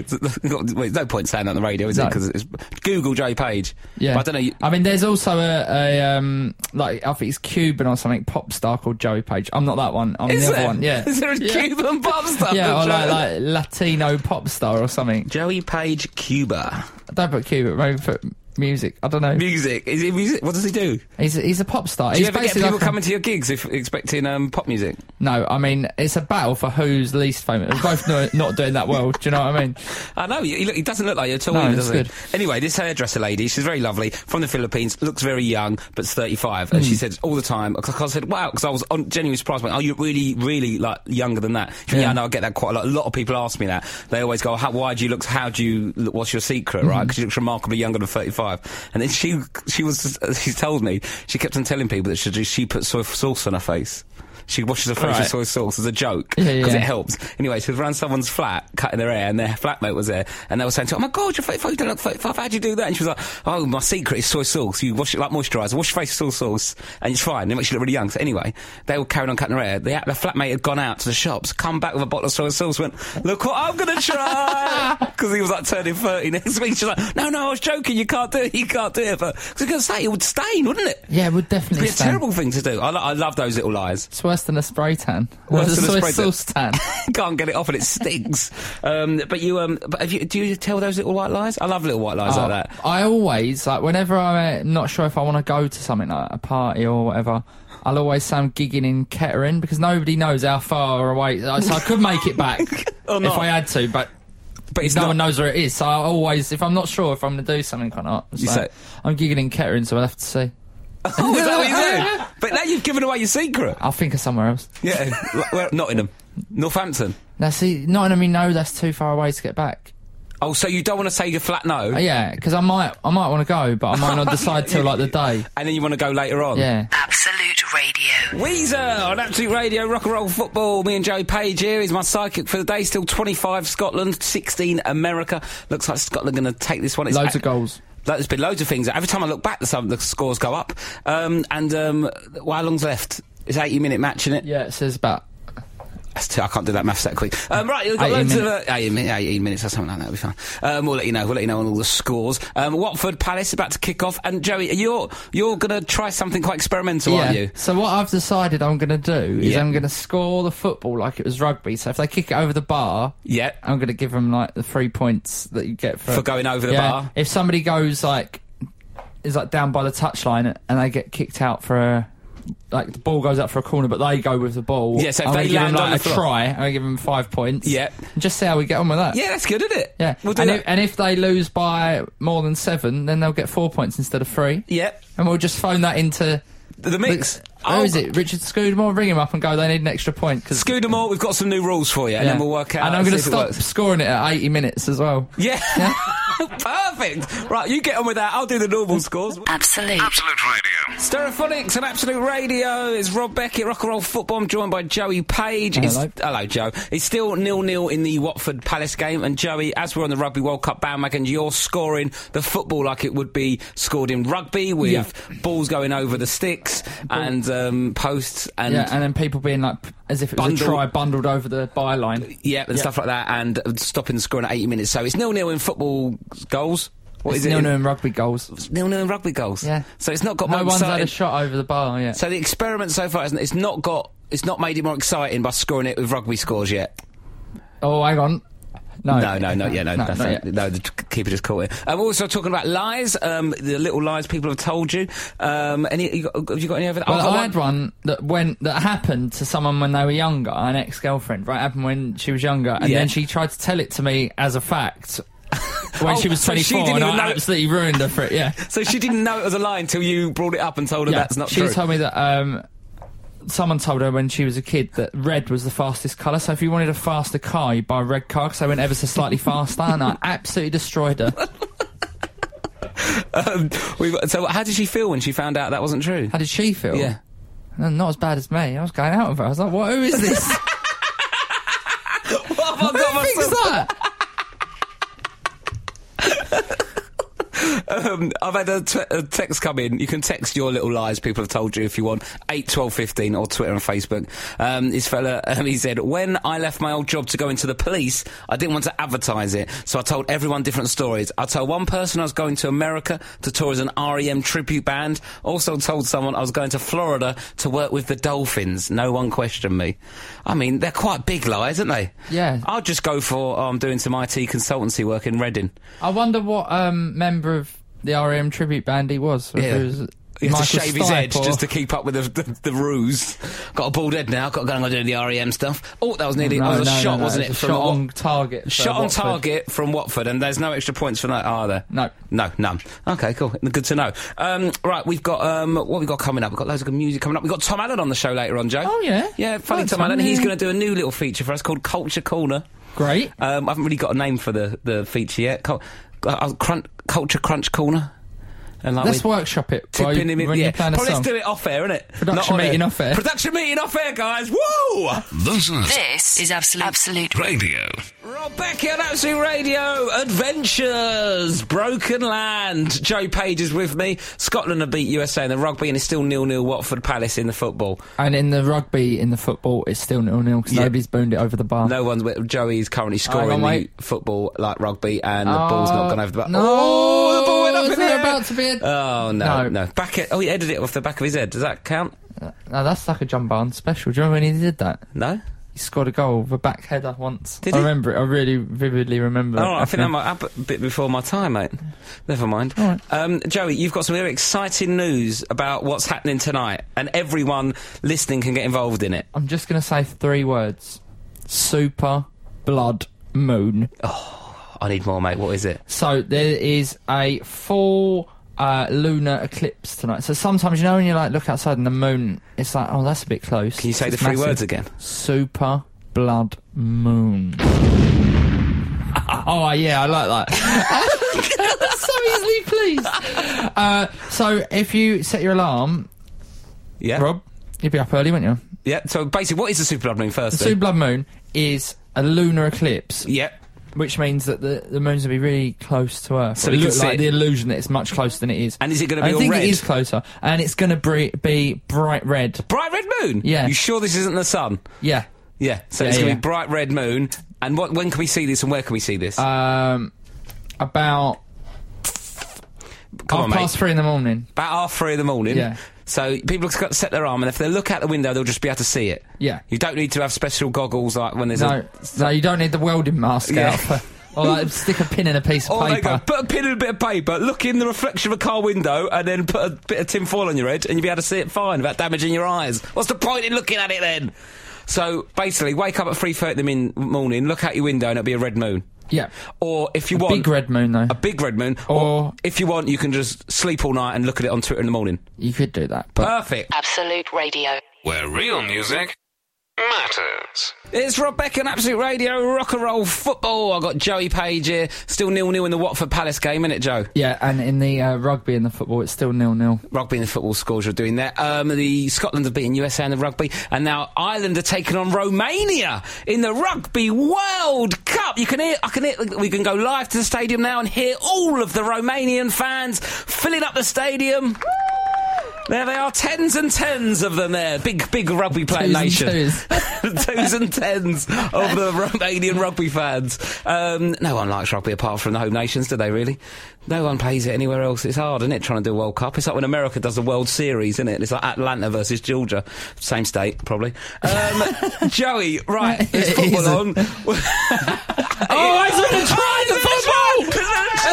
S1: well, there's no point saying that on the radio, is it?
S2: No.
S1: 'Cause it? Because Google Joe Page.
S2: Yeah.
S1: But I don't know. You,
S2: I mean, there's also a, a um, like I think it's Cuban or something pop star called Joey Page. I'm not that one. I'm
S1: is
S2: the other
S1: there?
S2: one. Yeah.
S1: Is there a
S2: yeah.
S1: Cuban pop star?
S2: Yeah, or
S1: called
S2: like,
S1: Joe-
S2: like Latino pop star or something.
S1: Joey Page Cuba.
S2: Don't put Cuba. Maybe put music. I don't know.
S1: Music. Is it music? What does he do?
S2: He's he's a pop star.
S1: Do
S2: he's
S1: you ever get
S2: basically
S1: people
S2: like a-
S1: coming to your gigs if expecting um, pop music?
S2: No, I mean it's a battle for who's least famous. We're both no, not doing that well. Do you know what I mean?
S1: I know. He, he look- he doesn't look like you at all,
S2: No,
S1: either,
S2: it's
S1: does
S2: good.
S1: he? Anyway, this hairdresser lady, she's very lovely, from the Philippines, looks very young, but 35. And she
S2: Hmm.
S1: said all the time, because I said, wow, because I was on, genuinely surprised. Went, oh, you're really, really like younger than that. She went, yeah,
S2: Yeah.
S1: I know, I get that quite a lot. A lot of people ask me that. They always go, how, why do you look, how do you, look, what's your secret, right?
S2: Mm-hmm.
S1: Because she looks remarkably younger than 35. And then she, she was, she told me, she kept on telling people that she, she put soy sauce on her face. She washes her face
S2: Right.
S1: with soy sauce as a joke
S2: Yeah,
S1: because
S2: yeah.
S1: it helps. Anyway, she was around someone's flat cutting their hair, and their flatmate was there, and they were saying to her, "Oh my god, you're 35, you don't look 35. How do you do that?" And she was like, "Oh, my secret is soy sauce. You wash it like moisturiser, wash your face with soy sauce, and it's fine. And it makes you look really young." So anyway, they were carrying on cutting their hair. The, the flatmate had gone out to the shops, come back with a bottle of soy sauce, went, "Look what I'm gonna try," because he was like turning 30 next week. She's like, "No, no, I was joking. You can't do it. You can't do it." But 'cause I was gonna say it would stain, wouldn't it?
S2: Yeah, we'd
S1: It'd
S2: definitely.
S1: be a
S2: stand.
S1: terrible thing to do. I, lo- I love those little lies.
S2: It's worse than a spray tan.
S1: Worse
S2: Worse
S1: than a
S2: than a
S1: spray tan.
S2: sauce tan.
S1: can't get it off and it stinks. um, but you, um, but have you, do you tell those little white lies? I love little white lies
S2: Oh,
S1: like that.
S2: I always like whenever I'm uh, not sure if I want to go to something like a party or whatever. I'll always say I'm gigging in Kettering because nobody knows how far away. like, So I could make it back
S1: Or
S2: if
S1: not.
S2: I had to, but
S1: But it's
S2: no
S1: not.
S2: one knows where it is. So I always, if I'm not sure if I'm going to do something or not, so
S1: say-
S2: I'm gigging in Kettering, so I'll have to see.
S1: Oh, is that what you do? But now you've given away your secret.
S2: I'll think of somewhere else.
S1: Yeah, like, well, Nottingham, Northampton.
S2: Now, see, Nottingham, we know that's too far away to get back.
S1: Oh, so you don't want to say your flat no,
S2: Uh, yeah, because I might, I might want to go, but I might not decide till like the day.
S1: and then you want to go later on.
S2: Yeah.
S3: Absolute Radio.
S1: Weezer on Absolute Radio, rock and roll football. Me and Joe Page here is my psychic for the day. Still 25 Scotland, 16 America. Looks like Scotland going to take this one. It's
S2: Loads
S1: a-
S2: of goals.
S1: Like, There's been loads of things. Every time I look back, some the scores go up. Um, and um, well, how long's left? It's 80 minute match, isn't it?
S2: Yeah, it says about.
S1: That's two, I can't do that maths that quick. Um, right, we've got
S2: 18
S1: loads
S2: minutes.
S1: of uh, 18, min- 18 minutes or something like that. It'll be fine. Um, we'll let you know. We'll let you know on all the scores. Um, Watford Palace about to kick off. And Joey, you're you're going to try something quite experimental,
S2: yeah.
S1: aren't you?
S2: So what I've decided I'm going to do is
S1: Yeah.
S2: I'm going to score the football like it was rugby. So if they kick it over the bar,
S1: Yeah.
S2: I'm going to give them like the three points that you get for
S1: For going over the
S2: Yeah.
S1: bar?
S2: If somebody goes like is like down by the touchline and they get kicked out for a like the ball goes out for a corner, but they go with the ball.
S1: Yeah, so if
S2: I'm gonna
S1: they
S2: give
S1: land
S2: them,
S1: on
S2: like,
S1: the
S2: a
S1: floor.
S2: try, I'm gonna give them five points.
S1: Yeah.
S2: and just see how we get on with that.
S1: Yeah, that's good, isn't it?
S2: yeah.
S1: We'll do
S2: and,
S1: that.
S2: If, and if they lose by more than seven, then they'll get four points instead of three.
S1: yeah.
S2: And we'll just phone that into
S1: The mix.
S2: Oh, is it Richard Scudamore? Ring him up and go. They need an extra point because
S1: Scudamore, we've got some new rules for you, and then we'll work out.
S2: And I'm going to
S1: see if it
S2: stop
S1: works.
S2: scoring it at 80 minutes as well.
S1: Yeah. Perfect. Right, you get on with that. I'll do the normal scores.
S3: Absolute.
S4: Absolute Radio.
S1: Stereophonics and Absolute Radio is Rob Beckett, Rock and Roll Football. I'm joined by Joey Page.
S2: Hello.
S1: It's, hello, Joe. It's still nil-nil in the Watford Palace game, and Joey, as we're on the Rugby World Cup bandwagon, you're scoring the football like it would be scored in rugby, with balls going over the sticks and um, posts and
S2: yeah, and then people being like, p- as if it was a
S1: Bundled.
S2: try bundled over the byline.
S1: yeah, and
S2: Yeah.
S1: stuff like that, and uh, stopping the scoring at 80 minutes. So it's nil-nil in football goals. What is it?
S2: It's nil
S1: in-
S2: nil in rugby goals.
S1: Nil-nil in rugby goals.
S2: Yeah.
S1: So it's not got
S2: No
S1: more
S2: one's had
S1: exciting-
S2: a shot over the bar yet.
S1: So the experiment so far, isn't, it's not got, it's not made it more exciting by scoring it with rugby scores yet.
S2: Oh, hang on. Oh, No,
S1: No, no, not yet. No, that's
S2: not
S1: not-
S2: yet.
S1: no the t- keeper just caught it. I'm also talking about lies, um, the little lies people have told you. Um, any, you got, have you got any over that?
S2: Well, I had one that went that happened to someone when they were younger, an ex girlfriend. Right, happened when she was younger, and
S1: Yeah.
S2: then she tried to tell it to me as a fact when
S1: Oh,
S2: she was
S1: so
S2: twenty
S1: she
S2: four,
S1: didn't
S2: and
S1: even
S2: I
S1: know-
S2: absolutely ruined her for it. Yeah,
S1: So she didn't know it was a lie until you brought it up and told her
S2: yeah.
S1: that's not
S2: she
S1: true.
S2: told me that um, someone told her when she was a kid that red was the fastest colour. So if you wanted a faster car, you buy a red car because they went ever so slightly faster, and I absolutely destroyed her.
S1: um, we've, so how did she feel when she found out that wasn't true?
S2: How did she feel?
S1: Yeah.
S2: No, Not as bad as me. I was going out with her. I was like, what? Who is this?
S1: What have I got
S2: Who thinks
S1: myself-
S2: that?
S1: Um, I've had a, t- a text come in. You can text your little lies people have told you if you want. 8, 12, 15 or Twitter and Facebook. Um, this fella, um, he said, When I left my old job to go into the police, I didn't want to advertise it, so I told everyone different stories. I told one person I was going to America to tour as an REM tribute band. Also told someone I was going to Florida to work with the Dolphins. No one questioned me. I mean, they're quite big lies, aren't they?
S2: Yeah.
S1: I'll just go for, oh, I'm doing some IT consultancy work in Reading.
S2: I wonder what um, member of the REM tribute band he was. or if it was
S1: He has to
S2: Michael
S1: shave his head
S2: Stipe or-
S1: just to keep up with the, the, the ruse. Got a bald head now. Got to go and do the REM stuff. Oh, that was nearly.
S2: No,
S1: that was a
S2: no, no,
S1: shot,
S2: no,
S1: wasn't it?
S2: was a
S1: from
S2: shot
S1: Wat-
S2: on target. for
S1: Shot on
S2: Watford.
S1: target from Watford, and there's no extra points for that, are there?
S2: No.
S1: no, none. Okay, cool. Good to know. Um, right, we've got um, what we got coming up. We've got loads of good music coming up. We've got Tom Allen on the show later on, Joe.
S2: Oh, yeah?
S1: yeah. Funny
S2: Oh,
S1: Tom,
S2: Tom,
S1: Allen. He's
S2: yeah.
S1: going to do a new little feature for us called Culture Corner.
S2: Great.
S1: Um, I haven't really got a name for the, the feature yet. Cul- uh, crunch, Culture Crunch Corner. And like
S2: Let's
S1: we-
S2: workshop it.
S1: tipping
S2: while you-
S1: him in.
S2: when
S1: Yeah.
S2: you're playing a
S1: Probably
S2: song.
S1: let's do it off air, innit?
S2: Production
S1: Not on
S2: meeting off air.
S1: Production meeting off air, guys. Woo!
S4: This is
S3: This is Absolute, Absolute
S4: Radio.
S1: Rob Becky on Absolute Radio. Adventures. Broken Land. Joe Page is with me. Scotland have beat USA in the rugby and it's still nil-nil Watford Palace in the football.
S2: And in the rugby, in the football, it's still nil nil because
S1: Yeah.
S2: nobody's boned it over the bar.
S1: No one's. Joey's currently scoring the
S2: mate.
S1: football like rugby and the ball's not gone over the back.
S2: no.
S1: Oh, the ball went up in
S2: Isn't
S1: the
S2: it
S1: air.
S2: about to be a-
S1: Oh, no, no.
S2: No.
S1: Back it. Oh, he headed it off the back of his head. Does that count?
S2: No, that's like a John Barnes special. Do you remember when he did that?
S1: No?
S2: He scored a goal with a back header once.
S1: Did
S2: I
S1: he?
S2: remember it. I really vividly remember.
S1: Oh,
S2: it.
S1: I think that might up a bit before my time, mate. Never mind.
S2: Alright.
S1: Um, Joey, you've got some very exciting news about what's happening tonight, and everyone listening can get involved in it.
S2: I'm just going to say three words Super Blood Moon.
S1: I need more, mate. What is it?
S2: So there is a full uh, lunar eclipse tonight. So sometimes, you know, when you like look outside and the moon, it's like, oh, that's a bit close.
S1: Can you say the three words again?
S2: Super Blood Moon. oh, yeah, I like that. That's so easily pleased. Uh, so if you set your alarm,
S1: Yeah.
S2: Rob, you'd be up early, wouldn't you?
S1: Yeah. So basically, what is the super blood moon first?
S2: The
S1: then?
S2: Super Blood Moon is a lunar eclipse
S1: yeah.
S2: which means that the, the moon's going to be really close to Earth.
S1: So
S2: it
S1: we can
S2: looks
S1: see
S2: like
S1: it.
S2: the illusion that it's much closer than it is.
S1: And is it gonna
S2: I
S1: be all
S2: think
S1: red?
S2: it is closer, and it's going to bri- be bright red.
S1: Bright red moon.
S2: Yeah.
S1: You sure this isn't the sun?
S2: Yeah.
S1: Yeah. So
S2: Yeah,
S1: it's gonna
S2: yeah.
S1: be bright red moon. And what? When can we see this? And where can we see this?
S2: Um, about
S1: Come
S2: half
S1: on,
S2: past
S1: mate.
S2: three in the morning.
S1: About half three in the morning.
S2: Yeah.
S1: So people have got to set their arm, and if they look out the window, they'll just be able to see it.
S2: Yeah.
S1: You don't need to have special goggles like when there's
S2: No,
S1: a
S2: no, you don't need the welding mask
S1: Yeah.
S2: out. For, or like, stick a pin in a piece of
S1: Oh, there you go.
S2: paper.
S1: Put a pin in a bit of paper, look in the reflection of a car window, and then put a bit of tin foil on your head, and you'll be able to see it fine without damaging your eyes. What's the point in looking at it then? So basically, wake up at three thirty in the min- morning, look out your window, and it'll be a red moon.
S2: Yeah.
S1: Or if you want
S2: Big red moon though.
S1: a big red moon,
S2: Or-
S1: if you want, you can just sleep all night and look at it on Twitter in the morning.
S2: You could do that, but
S1: Perfect.
S3: Absolute Radio.
S4: Where real music matters.
S1: It's Rob Beck on Absolute Radio, rock and roll football. I've got Joey Page here. Still nil nil in the Watford Palace game, isn't it, Joe?
S2: Yeah, and in the uh, rugby and the football, it's still nil nil.
S1: Rugby and the football scores you're doing there. Um, the Scotland have beaten USA in the rugby, and now Ireland are taking on Romania in the Rugby World Cup. You can hear, I can hear, we can go live to the stadium now and hear all of the Romanian fans filling up the stadium. There they are, tens and tens of them there. Big, big rugby playing
S2: Twos
S1: nation.
S2: and twos.
S1: twos and tens of the Romanian rugby fans. Um, no one likes rugby apart from the home nations, do they really? No one plays it anywhere else. It's hard, isn't it, trying to do a World Cup? It's like when America does the World Series, isn't it? It's like Atlanta versus Georgia. Same state, probably. Um, Joey, right, it's
S2: It
S1: football on.
S2: isn't.
S1: oh,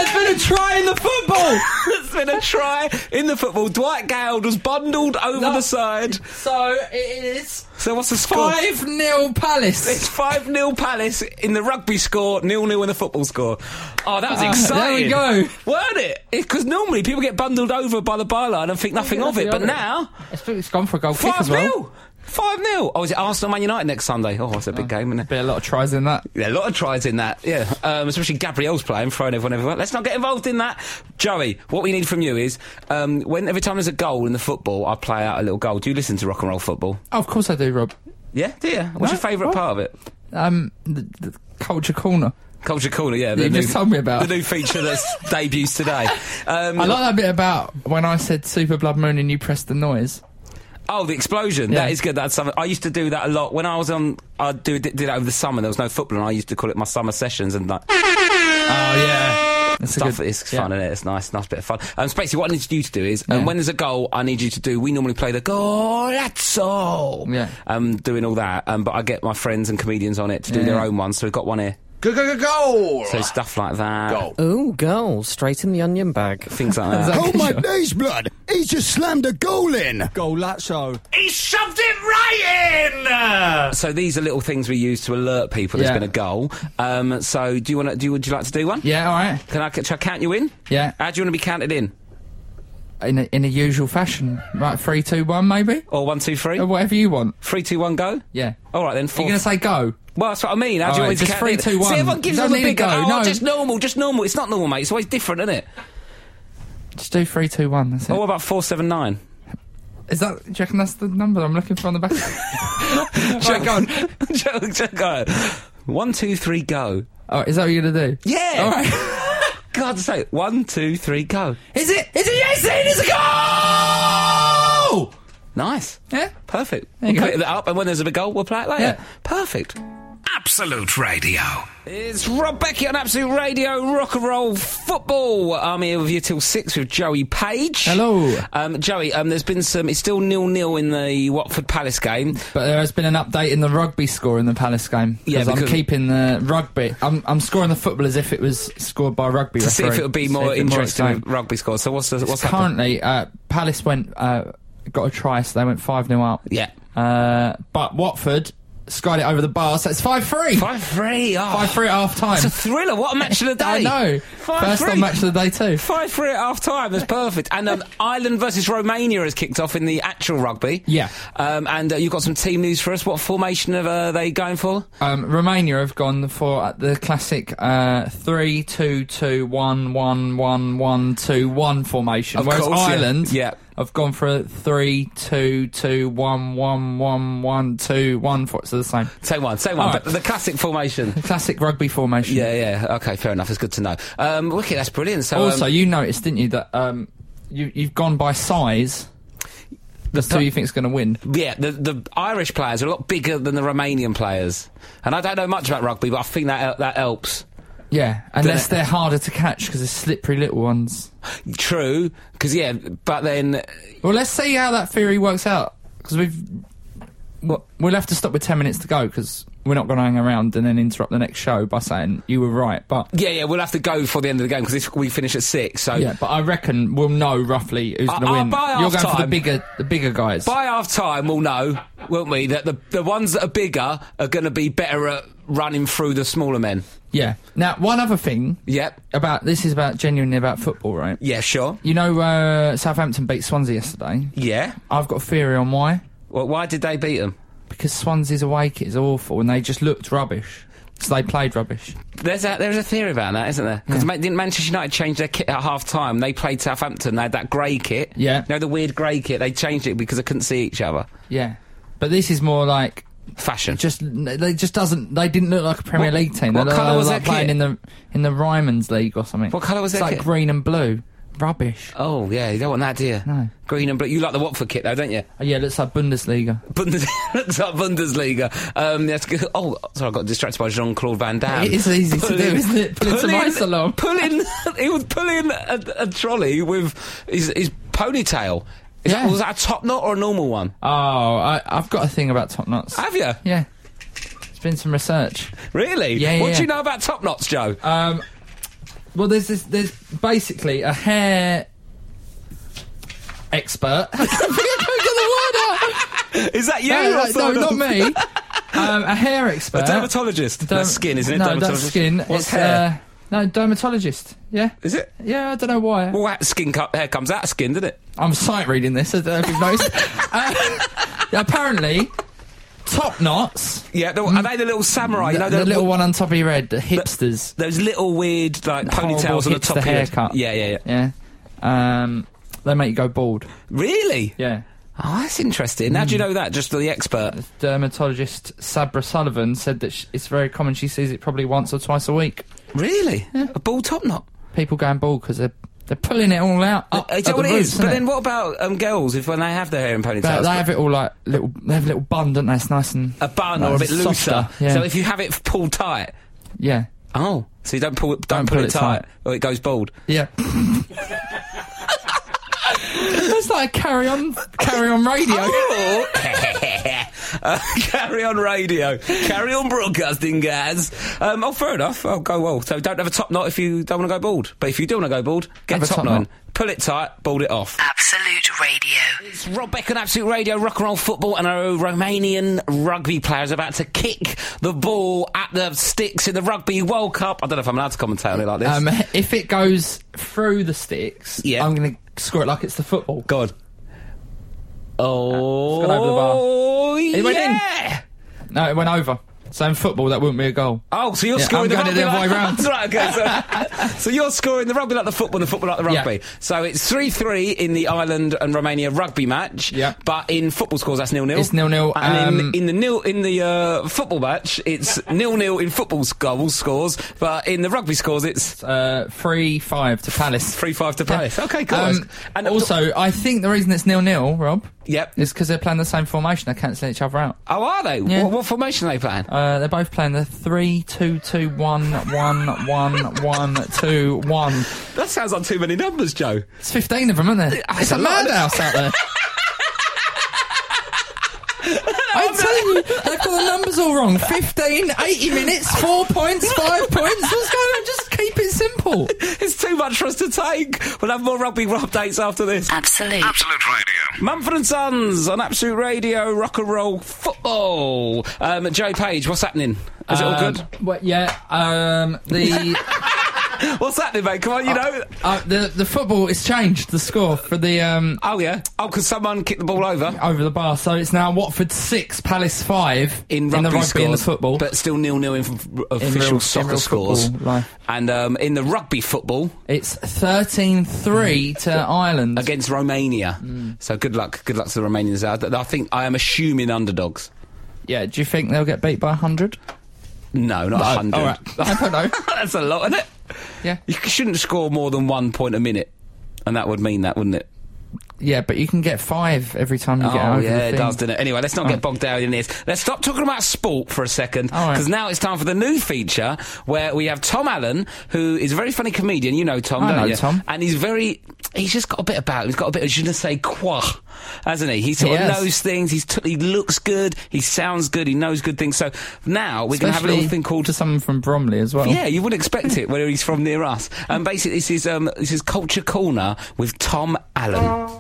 S1: it's been a
S2: try in
S1: football!
S2: the There's been a try in the football!
S1: It's been a try in the football. Dwight Gowd was bundled over
S2: No.
S1: the side.
S2: so it is
S1: So what's the score?
S2: 5 nil Palace.
S1: It's 5 0 Palace in the rugby score, nil nil in the football score. Oh, that was
S2: Ah,
S1: exciting.
S2: there we go.
S1: Weren't it? Because normally people get bundled over by the byline and think nothing of it, but now,
S2: It's, it's gone for a goal kick
S1: 5
S2: as
S1: 0.
S2: well.
S1: 5 0. Oh, is it Arsenal Man United next Sunday? Oh, it's a big game, isn't it?
S2: Be a lot of tries in that.
S1: Yeah, a lot of tries in that. Yeah, um, especially Gabrielle's playing, throwing everyone everywhere. Let's not get involved in that. Joey, what we need from you is um, when every time there's a goal in the football, I play out a little goal. Do you listen to rock and roll football?
S2: Oh, of course I do, Rob.
S1: Yeah, do you? What's
S2: No,
S1: your favourite
S2: what?
S1: part of it?
S2: Um, the, the culture corner.
S1: Culture Corner, yeah. the
S2: You just told me about.
S1: the new feature that's debuts today. Um,
S2: I like that bit about when I said Super Blood Moon and you pressed the noise.
S1: Oh, the explosion!
S2: Yeah.
S1: That is good. That's something I used to do that a lot when I was on. I do did that over the summer. There was no football, and I used to call it my summer sessions and like
S2: Oh yeah, that's
S1: stuff. It's fun,
S2: yeah.
S1: isn't it? It's nice, nice bit of fun. Um, so basically, what I need you to do is, um,
S2: Yeah.
S1: when there's a goal, I need you to do. We normally play the golazzo.
S2: Yeah.
S1: Um, doing all that. Um, but I get my friends and comedians on it to do their
S2: Yeah.
S1: own ones. So we've got one here.
S5: Go, go, go, go!
S1: So stuff like that.
S5: Goal.
S7: Ooh, goal. Straight in the onion bag.
S1: Things like that.
S5: Oh my days, blood! He's just slammed a goal in!
S8: Go Lacho.
S4: He shoved it right in!
S1: So these are little things we use to alert people there's
S2: Yeah.
S1: been a goal. Um, so do you want to? Do you, would you like to do one?
S2: Yeah, all right.
S1: Can I, shall I count you in?
S2: Yeah.
S1: How do you want to be counted in?
S2: In a, in a usual fashion, right? Three, two, one, maybe,
S1: Or one, two, three?
S2: or whatever you want.
S1: Three, two, one, go.
S2: Oh, Yeah.
S1: All right then. Four.
S2: You're gonna say go.
S1: well, that's what I mean. How do you want me
S2: All right,
S1: to
S2: just
S1: count
S2: three,
S1: in?
S2: two,
S1: See,
S2: one.
S1: everyone gives
S2: You
S1: them
S2: don't
S1: a
S2: need
S1: big
S2: to go,
S1: Oh,
S2: no.
S1: just normal, just normal. It's not normal, mate. It's always different, isn't it?
S2: Just do three, two, one. That's it.
S1: Oh, what about four, seven, nine?
S2: Is that? Do you reckon that's the number I'm looking for on the back? right, go on.
S1: Joke, joke, go. One, two, three, go.
S2: All right, is that what you're gonna do?
S1: Yeah.
S2: All right.
S1: God's sake. One, two, three, go.
S2: Is it? Is it? Yes, it is a goal.
S1: Nice.
S2: Yeah.
S1: Perfect.
S2: There you
S1: we'll
S2: go.
S1: click that up, and when there's a big goal, we'll play it later.
S2: Yeah.
S1: Perfect.
S4: Absolute Radio.
S1: It's Rob Becky on Absolute Radio, rock and roll football. I'm here with you till six with Joey Page.
S2: Hello.
S1: Um, Joey, um, there's been some. It's still nil nil in the Watford Palace game.
S2: But there has been an update in the rugby score in the Palace game.
S1: Yeah,
S2: because I'm
S1: because-
S2: keeping the rugby. I'm, I'm scoring the football as if it was scored by rugby.
S1: To see if
S2: referee.
S1: it would be
S2: See
S1: more
S2: if it-
S1: interesting
S2: exciting.
S1: with rugby score. So what's the, what's happened?
S2: Currently, uh, Palace went uh, got a try, so they went five 0 up.
S1: Yeah.
S2: Uh, but Watford skied it over the bar, so it's five three.
S1: Five three. Oh,
S2: Five three at half time.
S1: It's a thriller. What a match of the day.
S2: I know.
S1: Five
S2: First
S1: three.
S2: on match of the day too.
S1: Five three at half time. That's perfect. And um, Ireland versus Romania has kicked off in the actual rugby.
S2: Yeah.
S1: Um, and uh, you've got some team news for us. What formation are uh, they going for?
S2: Um, Romania have gone for uh, the classic uh, three two two one one one one two one formation,
S1: Of
S2: whereas
S1: course, yeah.
S2: Ireland
S1: Yeah.
S2: have gone for a three two two one one one one two one. Four, so the same
S1: Same one. Same one.
S2: All
S1: But
S2: right.
S1: the classic formation.
S2: classic rugby formation.
S1: Yeah, yeah. Okay, fair enough. It's good to know. Um, wicked. That's brilliant. So um,
S2: Also, you noticed, didn't you, that um, you, you've gone by size. That's who you think's going to win.
S1: Yeah, the, the Irish players are a lot bigger than the Romanian players, and I don't know much about rugby, but I think that hel- that helps.
S2: Yeah, unless
S1: The-
S2: they're harder to catch because they're slippery little ones.
S1: True, because yeah, but then
S2: Well, let's see how that theory works out because we've well, we'll have to stop with ten minutes to go because we're not going to hang around and then interrupt the next show by saying you were right. But
S1: yeah, yeah, we'll have to go before the end of the game because we finish at six. So
S2: yeah, but I reckon we'll know roughly who's going to
S1: Uh, uh,
S2: win.
S1: by
S2: You're going for the
S1: half-time-
S2: bigger the bigger guys.
S1: by half time, we'll know, won't we? That the the ones that are bigger are going to be better at running through the smaller men.
S2: yeah. Now, one other thing
S1: Yep.
S2: about this is about genuinely about football, right?
S1: Yeah. Sure.
S2: You know, uh, Southampton beat Swansea yesterday.
S1: Yeah.
S2: I've got a theory on why.
S1: Well, why did they beat them?
S2: because Swansea's awake is awful, and they just looked rubbish. So they played rubbish.
S1: There's a, there's a theory about that, isn't there? Because didn't Manchester United change their kit at half time? They played Southampton. They had that grey kit.
S2: Yeah.
S1: You know, the weird grey kit. They changed it because they couldn't see each other.
S2: Yeah, but this is more like
S1: Fashion.
S2: just they just doesn't they didn't look like a Premier
S1: What-
S2: League team.
S1: what
S2: they looked
S1: colour
S2: like
S1: was
S2: they were,
S1: their
S2: like playing
S1: kit?
S2: in the in the Ryman's League or something.
S1: What colour was
S2: It's
S1: their
S2: like
S1: kit?
S2: green and blue. Rubbish.
S1: oh, yeah. You don't want that, do you?
S2: No.
S1: Green and blue. You like the Watford kit, though, don't you?
S2: Oh, yeah, it looks like Bundesliga.
S1: Bundes- it's like Bundesliga. Um, that's good. Oh, sorry, I got distracted by Jean Claude Van Damme.
S2: It is easy to do,
S1: Pulling-
S2: isn't it? Pulling some ice along.
S1: Pulling, he was pulling a, a trolley with his, his ponytail. Is
S2: Yeah.
S1: that, was that a top knot or a normal one?
S2: Oh, I, I've got a thing about top knots.
S1: Have you?
S2: yeah, it's been some research.
S1: Really?
S2: Yeah,
S1: What
S2: yeah.
S1: do you know about top knots, Joe?
S2: Um, well, there's this. There's basically a hair expert. I can't figure the word out.
S1: Is that you?
S2: No,
S1: or
S2: like, no,
S1: someone
S2: not
S1: else?
S2: me. Um, a hair expert.
S1: A dermatologist.
S2: Derm-
S1: that's skin, isn't it?
S2: No,
S1: dermatologist.
S2: that's skin.
S1: What's
S2: it's,
S1: hair?
S2: Uh, no, dermatologist. Yeah.
S1: Is it?
S2: Yeah, I don't know why.
S1: Well, that skin co- hair comes out of skin, doesn't it?
S2: I'm sight reading this. I don't know if you've noticed. uh, apparently, top knots.
S1: Yeah. The, are they the little samurai? Oh, you know,
S2: the,
S1: the-
S2: little one on top of your head, the hipsters.
S1: Those little weird like ponytails on the
S2: Horrible
S1: top
S2: hipster
S1: of your head.
S2: haircut.
S1: Yeah, yeah, yeah.
S2: Yeah. Um, they make you go bald.
S1: Really?
S2: Yeah. Mm.
S1: Oh, that's interesting. How do you know that? Just the expert.
S2: Dermatologist Sabra Sullivan said that sh it's very common. She sees it probably once or twice a week.
S1: Really? A ball top knot.
S2: People going bald because they're they're pulling it all out. Up,
S1: Uh, Is that
S2: at the
S1: what it
S2: roots,
S1: is?
S2: isn't
S1: But
S2: it?
S1: then what about um, girls if when they have their hair in
S2: They,
S1: ponytails?
S2: they have it all like little. They have a little bun, don't they? It's nice and
S1: a bun
S2: like,
S1: or a bit looser.
S2: softer. Yeah.
S1: So if you have it pulled tight,
S2: yeah,
S1: oh, so you don't pull it, don't, pull, it, tight, or it goes bald.
S2: yeah. That's like a carry on, carry on radio.
S1: Or- Uh, carry on radio, carry on broadcasting, guys. Um, oh, fair enough. Oh, go well. So don't have a top knot if you don't want to go bald. But if you do want to go bald, get
S2: Have
S1: a
S2: a
S1: top,
S2: top
S1: knot.
S2: knot.
S1: in. Pull it tight, bald it off.
S3: Absolute Radio.
S1: It's Rob Beck on Absolute Radio, rock and roll football, and a Romanian rugby player is about to kick the ball at the sticks in the Rugby World Cup. I don't know if I'm allowed to commentate on it like this.
S2: Um, if it goes through the sticks,
S1: Yeah.
S2: I'm going to score it like it's the football.
S1: God. Oh,
S2: It's gone over the bar.
S1: yeah.
S2: It went in. No, it went over. So in football, that wouldn't be a goal.
S1: Oh, so you're
S2: Yeah,
S1: scoring the
S2: I'm going
S1: rugby
S2: the other
S1: like-
S2: way round.
S1: right, okay. So, so you're scoring the rugby like the football, the football like the
S2: Yeah.
S1: rugby. So it's three three in the Ireland and Romania rugby match.
S2: Yeah.
S1: But in football scores, that's nil nil.
S2: It's nil-nil,
S1: And
S2: um,
S1: in, in the nil in the uh, football match, it's nil nil in football scores, scores. But in the rugby scores, it's
S2: Uh, three five to Palace.
S1: three five to Palace. Okay, cool.
S2: Um,
S1: and
S2: and also, I think the reason it's nil nil, Rob,
S1: yep.
S2: is because they're playing the same formation. They're cancelling each other out.
S1: Oh, are they?
S2: Yeah.
S1: What, what formation are they playing?
S2: Uh, they're both playing the three two two one one one one two one.
S1: That sounds like too many numbers, Joe.
S2: It's fifteen of them, isn't there? It's a
S1: a lot.
S2: madhouse out there. I tell you, they've got the numbers all wrong. 15, 80 minutes, 4 points, 5 points. What's going on? Just keep it simple.
S1: It's too much for us to take. We'll have more rugby updates after this.
S3: Absolute.
S4: Absolute Radio.
S1: Mumford and Sons on Absolute Radio, rock and roll football. Um, Joe Page, what's happening? Is it all good?
S2: Um, well, yeah. Um, the,
S1: What's happening, mate? Come on, you know.
S2: uh, the the football is changed. The score for the um,
S1: Oh yeah. Oh, because someone kicked the ball over
S2: over the bar, so it's now Watford six, Palace five
S1: in rugby,
S2: the rugby
S1: scores,
S2: and the football.
S1: but still nil nil in f- official
S2: real- in
S1: soccer
S2: real football
S1: scores.
S2: life.
S1: And um, in the rugby football
S2: it's
S1: Mm.
S2: 13-3 to Ireland.
S1: against Romania.
S2: Mm.
S1: So good luck, good luck to the Romanians. I, I think I am assuming underdogs.
S2: Yeah, do you think they'll get beat by hundred?
S1: No, not hundred.
S2: All right, I don't know.
S1: That's a lot, isn't it?
S2: Yeah,
S1: You shouldn't score more than one point a minute, and that would mean that, wouldn't it?
S2: yeah, but you can get five every time you get
S1: oh,
S2: over
S1: yeah,
S2: the
S1: it
S2: thing.
S1: does, doesn't it? Anyway, let's not
S2: Oh.
S1: get bogged down in this. Let's stop talking about sport for a second,
S2: All right.
S1: because now it's time for the new feature where we have Tom Allen, who is a very funny comedian. You know Tom,
S2: I
S1: don't
S2: know
S1: you?
S2: Tom.
S1: And he's very, he's just got a bit about him. He's got a bit of je ne sais quoi, hasn't he? He sort
S2: He
S1: of
S2: has.
S1: knows things. He's t- he looks good. He sounds good. He knows good things. So now we're going to have a
S2: Especially
S1: little thing called
S2: to someone from Bromley as well.
S1: yeah, you wouldn't expect it whether he's from near us. And basically, this is um, this is Culture Corner with Tom Allen.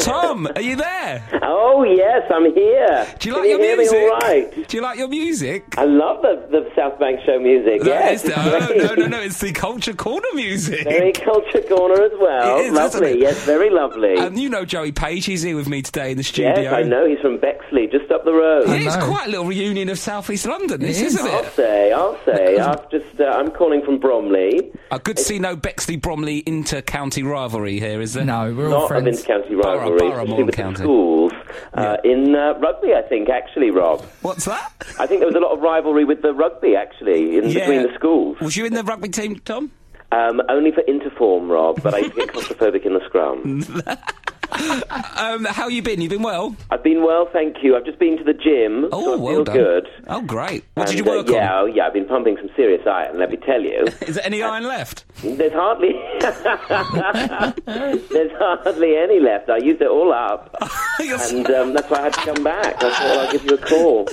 S1: Tom, are you there?
S8: Oh yes, I'm here.
S1: Do you
S8: Can
S1: like your
S8: hear
S1: music?
S8: Me all right.
S1: Do you like your music?
S8: I love the the South Bank show music.
S1: That
S8: yes,
S1: is the-
S8: it's
S1: oh, no,
S8: great.
S1: no, no, it's the culture corner music.
S8: Very culture corner as well.
S1: It is, isn't
S8: lovely.
S1: it?
S8: Yes, very lovely.
S1: And you know Joey Page, he's here with me today in the studio.
S8: yes, I know he's from Bexley, just up the road.
S1: It is
S2: know.
S1: quite a little reunion of South East London, this,
S2: is.
S1: isn't
S8: I'll
S1: it?
S8: say, I'll say. I've just, uh, I'm calling from Bromley.
S1: I could see no Bexley Bromley inter county rivalry here, is there?
S2: No, we're all
S8: Not of
S2: friends.
S8: inter-county
S1: Borough-
S8: rivalry,
S1: Borough
S8: especially
S1: Moore
S8: with
S1: County.
S8: the schools uh, in uh, rugby. I think actually, Rob.
S1: What's that?
S8: I think there was a lot of rivalry with the rugby actually in between the schools.
S1: Was you in the rugby team, Tom?
S8: Um, only for interform, Rob, but I used to get claustrophobic in the scrum.
S1: Um, how you been? You been well?
S8: I've been well, thank you. I've just been to the gym. so
S1: Oh,
S8: I
S1: well
S8: feel
S1: done.
S8: good.
S1: Oh, great. What did you
S8: And, uh,
S1: work
S8: yeah, Uh,
S1: on?
S8: oh, yeah, I've been pumping some serious iron, let me tell you.
S1: Is there any iron left?
S8: There's hardly There's hardly any left. I used it all up.
S1: You're s-
S8: And um, that's why I had to come back. I thought I'll give you a call.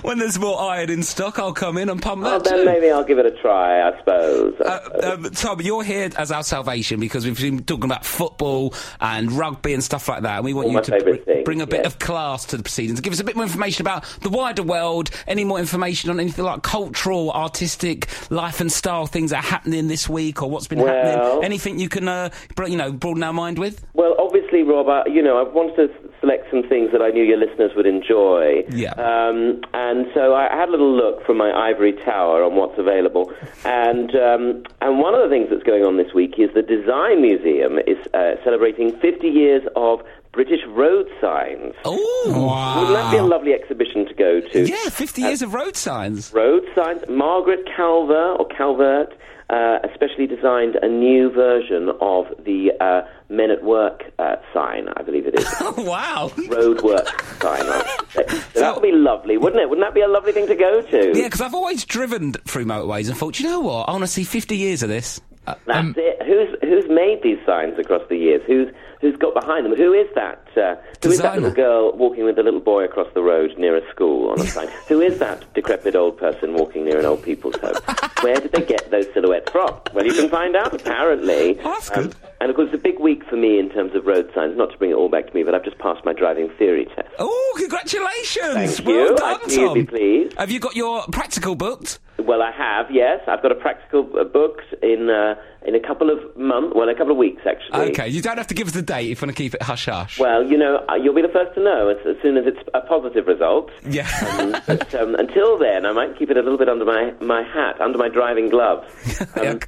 S1: when there's more iron in stock, I'll come in and pump
S8: Well,
S1: that
S8: then
S1: too.
S8: maybe I'll give it a try, I suppose.
S1: Uh, um, Tom, you're here as our salvation because we've been talking about football and rugby and stuff like that. And we want
S8: All
S1: you
S8: my
S1: to
S8: favourite
S1: br-
S8: things,
S1: bring a bit
S8: yes.
S1: of class to the proceedings. Give us a bit more information about the wider world, any more information on anything like cultural, artistic, life and style things that are happening this week or what's been
S8: Well-
S1: happening. Anything you can, uh, br- you know, broaden our mind with?
S8: Well, obviously, Rob, I, you know, I wanted to s- select some things that I knew your listeners would enjoy.
S1: Yeah.
S8: Um, and so I had a little look from my ivory tower on what's available. And, um, and one of the things that's going on this week is the Design Museum is uh, celebrating 50 years of British road signs.
S1: Oh,
S8: Wouldn't that be a lovely exhibition to go to?
S1: Yeah, 50 years of road signs.
S8: road signs. Margaret Calver or Calvert uh, especially designed a new version of the uh, Men at Work uh, sign, I believe it is.
S1: Oh, wow.
S8: road work sign. I would say. So that would be lovely, wouldn't it? Wouldn't that be a lovely thing to go to?
S1: Yeah, because I've always driven through motorways and thought, you know what? I want to see 50 years of this.
S8: That's
S1: um,
S8: it. Who's who's made these signs across the years? Who's who's got behind them? Who is that? Uh, who is that
S1: Designer.
S8: little girl walking with a little boy across the road near a school on a sign? Who is that decrepit old person walking near an old people's home? Where did they get those silhouettes from? Well, you can find out apparently. Um,
S1: Oh, that's good.
S8: And of course, it's a big week for me in terms of road signs. Not to bring it all back to me, but I've just passed my driving theory test.
S1: Oh, congratulations!
S8: Thank
S1: well
S8: you.
S1: done,
S8: I'd be
S1: Tom.
S8: pleased.
S1: Have you got your practical booked?
S8: Well, I have. Yes, I've got a practical uh, booked in uh, in a couple of months. Well, a couple of weeks actually.
S1: Okay, you don't have to give us the date if you want to keep it hush hush.
S8: Well, you know, uh, you'll be the first to know as, as soon as it's a positive result.
S1: yeah.
S8: Um, but um, until then, I might keep it a little bit under my, my hat, under my driving gloves. Um,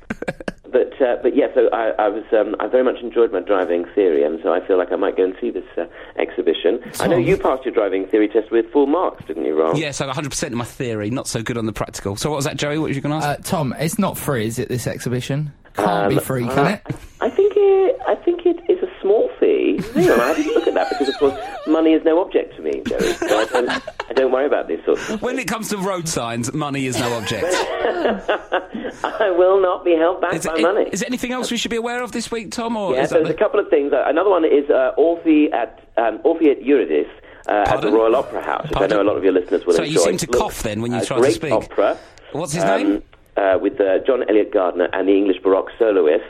S8: but uh, but yeah, so I, I was um, I very much enjoyed my driving theory, and so I feel like I might go and see this uh, exhibition. I know you passed your driving theory test with full marks, didn't you, Ron?
S1: yeah, so 100% of my theory, not so good on the practical. So what was that, Joey? What were you going to ask?
S2: Uh, Tom, it's not free, is it? This exhibition can't be free, can it?
S8: I think it, I think it is a small fee. Hang on, I didn't look at that because, of course, money is no object to me, Joey. So I don't, I don't worry about these sorts of things.
S1: when it comes to road signs, money is no object.
S8: I will not be held back
S1: is,
S8: by
S1: it-
S8: money.
S1: is there anything else we should be aware of this week, Tom? Or
S8: yeah,
S1: Oh, is
S8: so
S1: that
S8: there's a
S1: the-
S8: couple of things. Uh, another one is uh, Orphe at um, Orphe at Eurydice. Uh, at the
S1: Pardon?
S8: Royal Opera House, which
S1: Pardon?
S8: I know a lot of your listeners will
S1: So you
S8: enjoy.
S1: seem to
S8: Look,
S1: cough then when you
S8: a
S1: try to
S8: great
S1: speak.
S8: opera.
S1: What's his
S8: um,
S1: name?
S8: Uh, with uh, John Elliott Gardner and the English Baroque soloists,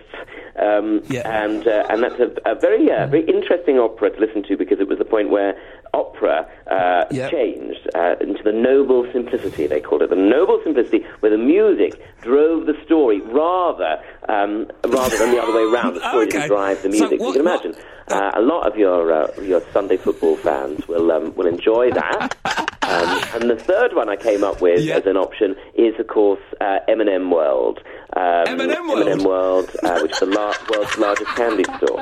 S8: um,
S1: Yeah.
S8: and uh, and that's a, a very uh, very interesting opera to listen to because it was the point where opera uh,
S1: Yeah.
S8: changed uh, into the noble simplicity they called it the noble simplicity where the music drove the story rather um, rather than the other way round. The
S1: Oh,
S8: story didn't
S1: okay.
S8: drive the
S1: So
S8: music.
S1: what-
S8: you can
S1: what-
S8: imagine. Uh, a lot of your uh, your Sunday football fans will um, will enjoy that. Um, and the third one I came up with
S1: Yeah.
S8: as an option is, of course, uh, M&M World. Um,
S1: M&M
S8: M&M World, uh, which is the lar- world's largest candy store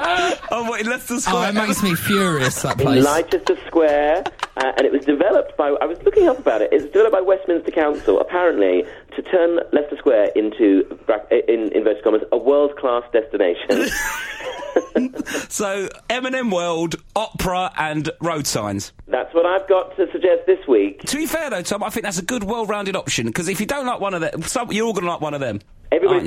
S1: Oh, wait, let's just...
S2: Oh, it makes me furious, that
S8: in
S2: place.
S8: Leicester Square, uh, and it was developed by. I was looking up about it. It was developed by Westminster Council, apparently, to turn Leicester Square into, bra- in inverted commas, a world-class destination.
S1: So, Eminem World, opera and road signs.
S8: That's what I've got to suggest this week.
S1: To be fair, though, Tom, I think that's a good, well-rounded option, because if you don't like one of them, some, you're all going to like one of them.
S8: Everybody's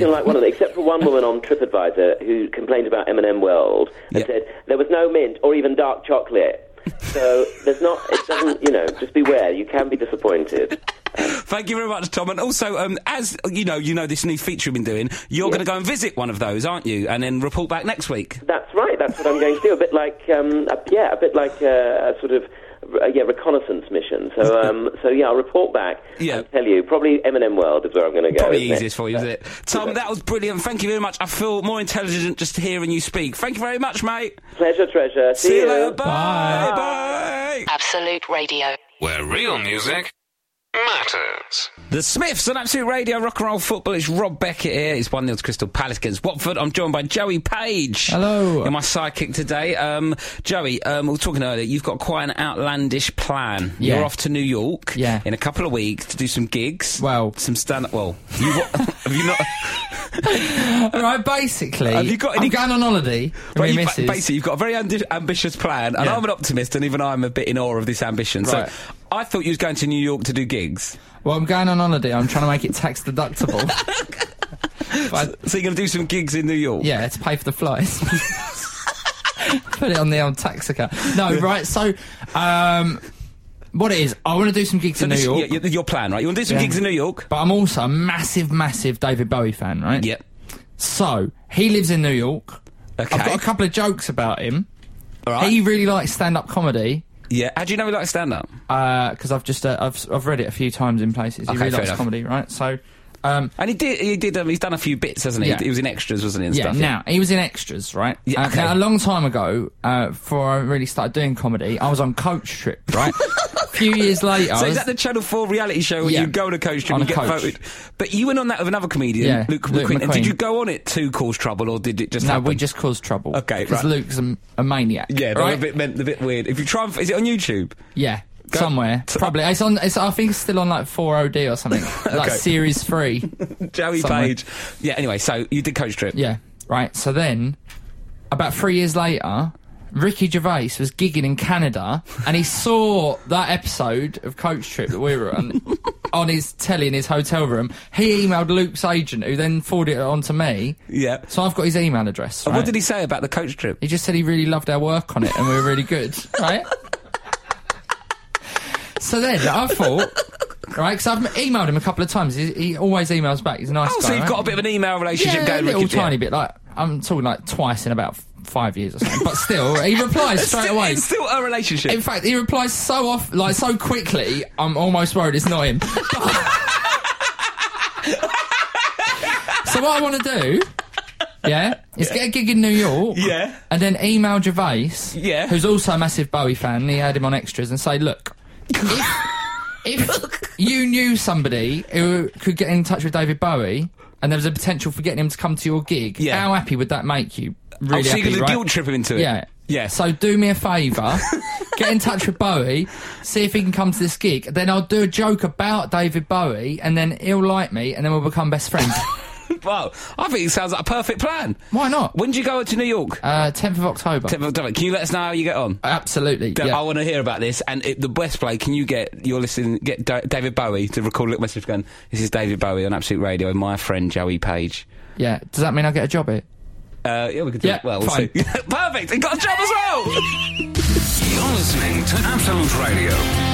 S1: Aren't
S8: going
S1: you?
S8: to like one of them, except for one woman on TripAdvisor who complained about M&M World and
S1: Yeah.
S8: said there was no mint or even dark chocolate. So there's not. It doesn't. You know, just beware. You can be disappointed.
S1: Thank you very much, Tom. And also, um, as you know, you know this new feature we've been doing. You're going to go and visit one of those, aren't you? And then report back next week.
S8: That's right. That's what I'm going to do. A bit like, um, a, yeah, a bit like a, a sort of uh, yeah reconnaissance mission. So, um, so yeah, I'll report back.
S1: Yeah.
S8: and tell you. Probably Eminem World is where I'm going to go.
S1: Probably
S8: isn't it?
S1: easiest for you, isn't it? Tom, that was brilliant. Thank you very much. I feel more intelligent just hearing you speak. Thank you very much, mate.
S8: Pleasure, treasure. See,
S1: See you later. Bye. Bye.
S3: Absolute Radio.
S4: Where real music matters.
S1: The Smiths on Absolute Radio, rock and roll football. It's Rob Beckett here. It's 1 0 to Crystal Palace against Watford. I'm joined by Joey Page.
S2: Hello.
S1: You're my sidekick today. Um, Joey, um, we were talking earlier. You've got quite an outlandish plan.
S2: Yeah.
S1: You're off to New York
S2: Yeah.
S1: in a couple of weeks to do some gigs.
S2: Well-
S1: some stand up. Well, you, wa- have you not.
S2: All right, basically,
S1: Have you got any-
S2: I'm going on holiday.
S1: But
S2: But
S1: you,
S2: misses.
S1: basically, you've got a very ambi- ambitious plan, and
S2: Yeah.
S1: I'm an optimist, and even I'm a bit in awe of this ambition.
S2: Right.
S1: So, I thought you was going to New York to do gigs.
S2: well, I'm going on holiday. I'm trying to make it tax deductible. But-
S1: So you're going to do some gigs in New York.
S2: Yeah, to pay for the flights. Put it on the old tax account. No, right. So, um, what it is, I want to do some gigs
S1: So
S2: in New
S1: this-
S2: York,
S1: yeah, y- your plan, right? You want to do some
S2: Yeah.
S1: gigs in New York?
S2: but I'm also a massive, massive David Bowie fan, right?
S1: Yep.
S2: So he lives in New York.
S1: Okay.
S2: I've got a couple of jokes about him.
S1: All right.
S2: He really likes stand-up comedy
S1: yeah. How do you know we like stand up?
S2: because I've just uh, I've I've read it a few times in places. He
S1: Okay,
S2: really
S1: fair
S2: likes
S1: enough.
S2: comedy, right? So. Um,
S1: And he did. He did. Um, he's done a few bits, hasn't he?
S2: Yeah.
S1: He was in extras, wasn't he? And
S2: yeah,
S1: stuff.
S2: now he was in extras, right?
S1: Yeah,
S2: Uh,
S1: okay.
S2: now, a long time ago, uh, before I really started doing comedy, I was on coach trip, right? a few years
S1: So
S2: later, I
S1: is
S2: was-
S1: that the Channel Four reality show where
S2: Yeah.
S1: you go on a coach trip
S2: On
S1: and
S2: a
S1: get
S2: coach.
S1: voted? But you went on that with another comedian,
S2: Yeah,
S1: Luke,
S2: Luke
S1: McQueen. And
S2: McQueen.
S1: did you go on it to cause trouble, or did it just?
S2: no,
S1: happen?
S2: we just caused trouble.
S1: Okay,
S2: because
S1: right.
S2: Luke's a, a maniac.
S1: Yeah, they're
S2: right?
S1: a bit meant a bit weird. If you try and, f- is it on YouTube?
S2: yeah. Somewhere,
S1: So-
S2: probably. It's on. It's, I think it's still on like four OD or something,
S1: Okay.
S2: like series three.
S1: Joey
S2: Somewhere.
S1: Page. Yeah. Anyway, so you did coach trip.
S2: Yeah, right. So then, about three years later, Ricky Gervais was gigging in Canada, and he saw that episode of Coach Trip that we were on on his telly in his hotel room. He emailed Luke's agent, who then forwarded it on to me.
S1: Yeah.
S2: So I've got his email address.
S1: And
S2: right?
S1: What did he say about the coach trip?
S2: He just said he really loved our work on it and we were really good, right? so then I thought, right, because I've emailed him a couple of times. He, he always emails back. He's a nice
S1: Oh,
S2: guy.
S1: so you've
S2: right?
S1: got a bit of an email relationship
S2: yeah,
S1: going.
S2: a little
S1: Ricky.
S2: tiny
S1: Yeah.
S2: bit. Like I'm talking like twice in about f- five years or something. But still, he replies straight
S1: Still-
S2: away.
S1: It's still a relationship.
S2: In fact, he replies so off, like so quickly. I'm almost worried it's not him. so what I want to do, yeah, is get a gig in New York,
S1: Yeah.
S2: and then email Gervais,
S1: Yeah.
S2: who's also a massive Bowie fan. He had him on extras, and say, look, if, if you knew somebody who could get in touch with David Bowie, and there was a potential for getting him to come to your gig,
S1: Yeah.
S2: how happy would that make you? Really
S1: oh, so
S2: happy,
S1: you're going
S2: right?
S1: to guilt trip him into it.
S2: Yeah.
S1: Yeah.
S2: So do me a favour, get in touch with Bowie, see if he can come to this gig. Then I'll do a joke about David Bowie, and then he'll like me, and then we'll become best friends.
S1: well, I think it sounds like a perfect plan.
S2: Why not?
S1: When do you go to New York?
S2: Uh, 10th of October.
S1: Tip of the tongue. Can you let us know how you get on?
S2: Absolutely.
S1: Don't-
S2: yeah.
S1: I want to hear about this. And it, the best play, can you get your listening, get da- David Bowie to record a little message going, This is David Bowie on Absolute Radio and my friend Joey Page.
S2: yeah. Does that mean I get a job here?
S1: Uh, yeah, we could do
S2: Yeah,
S1: it. Well, we'll
S2: fine.
S1: see. Perfect. It got a job as well.
S4: You're listening to Absolute Radio.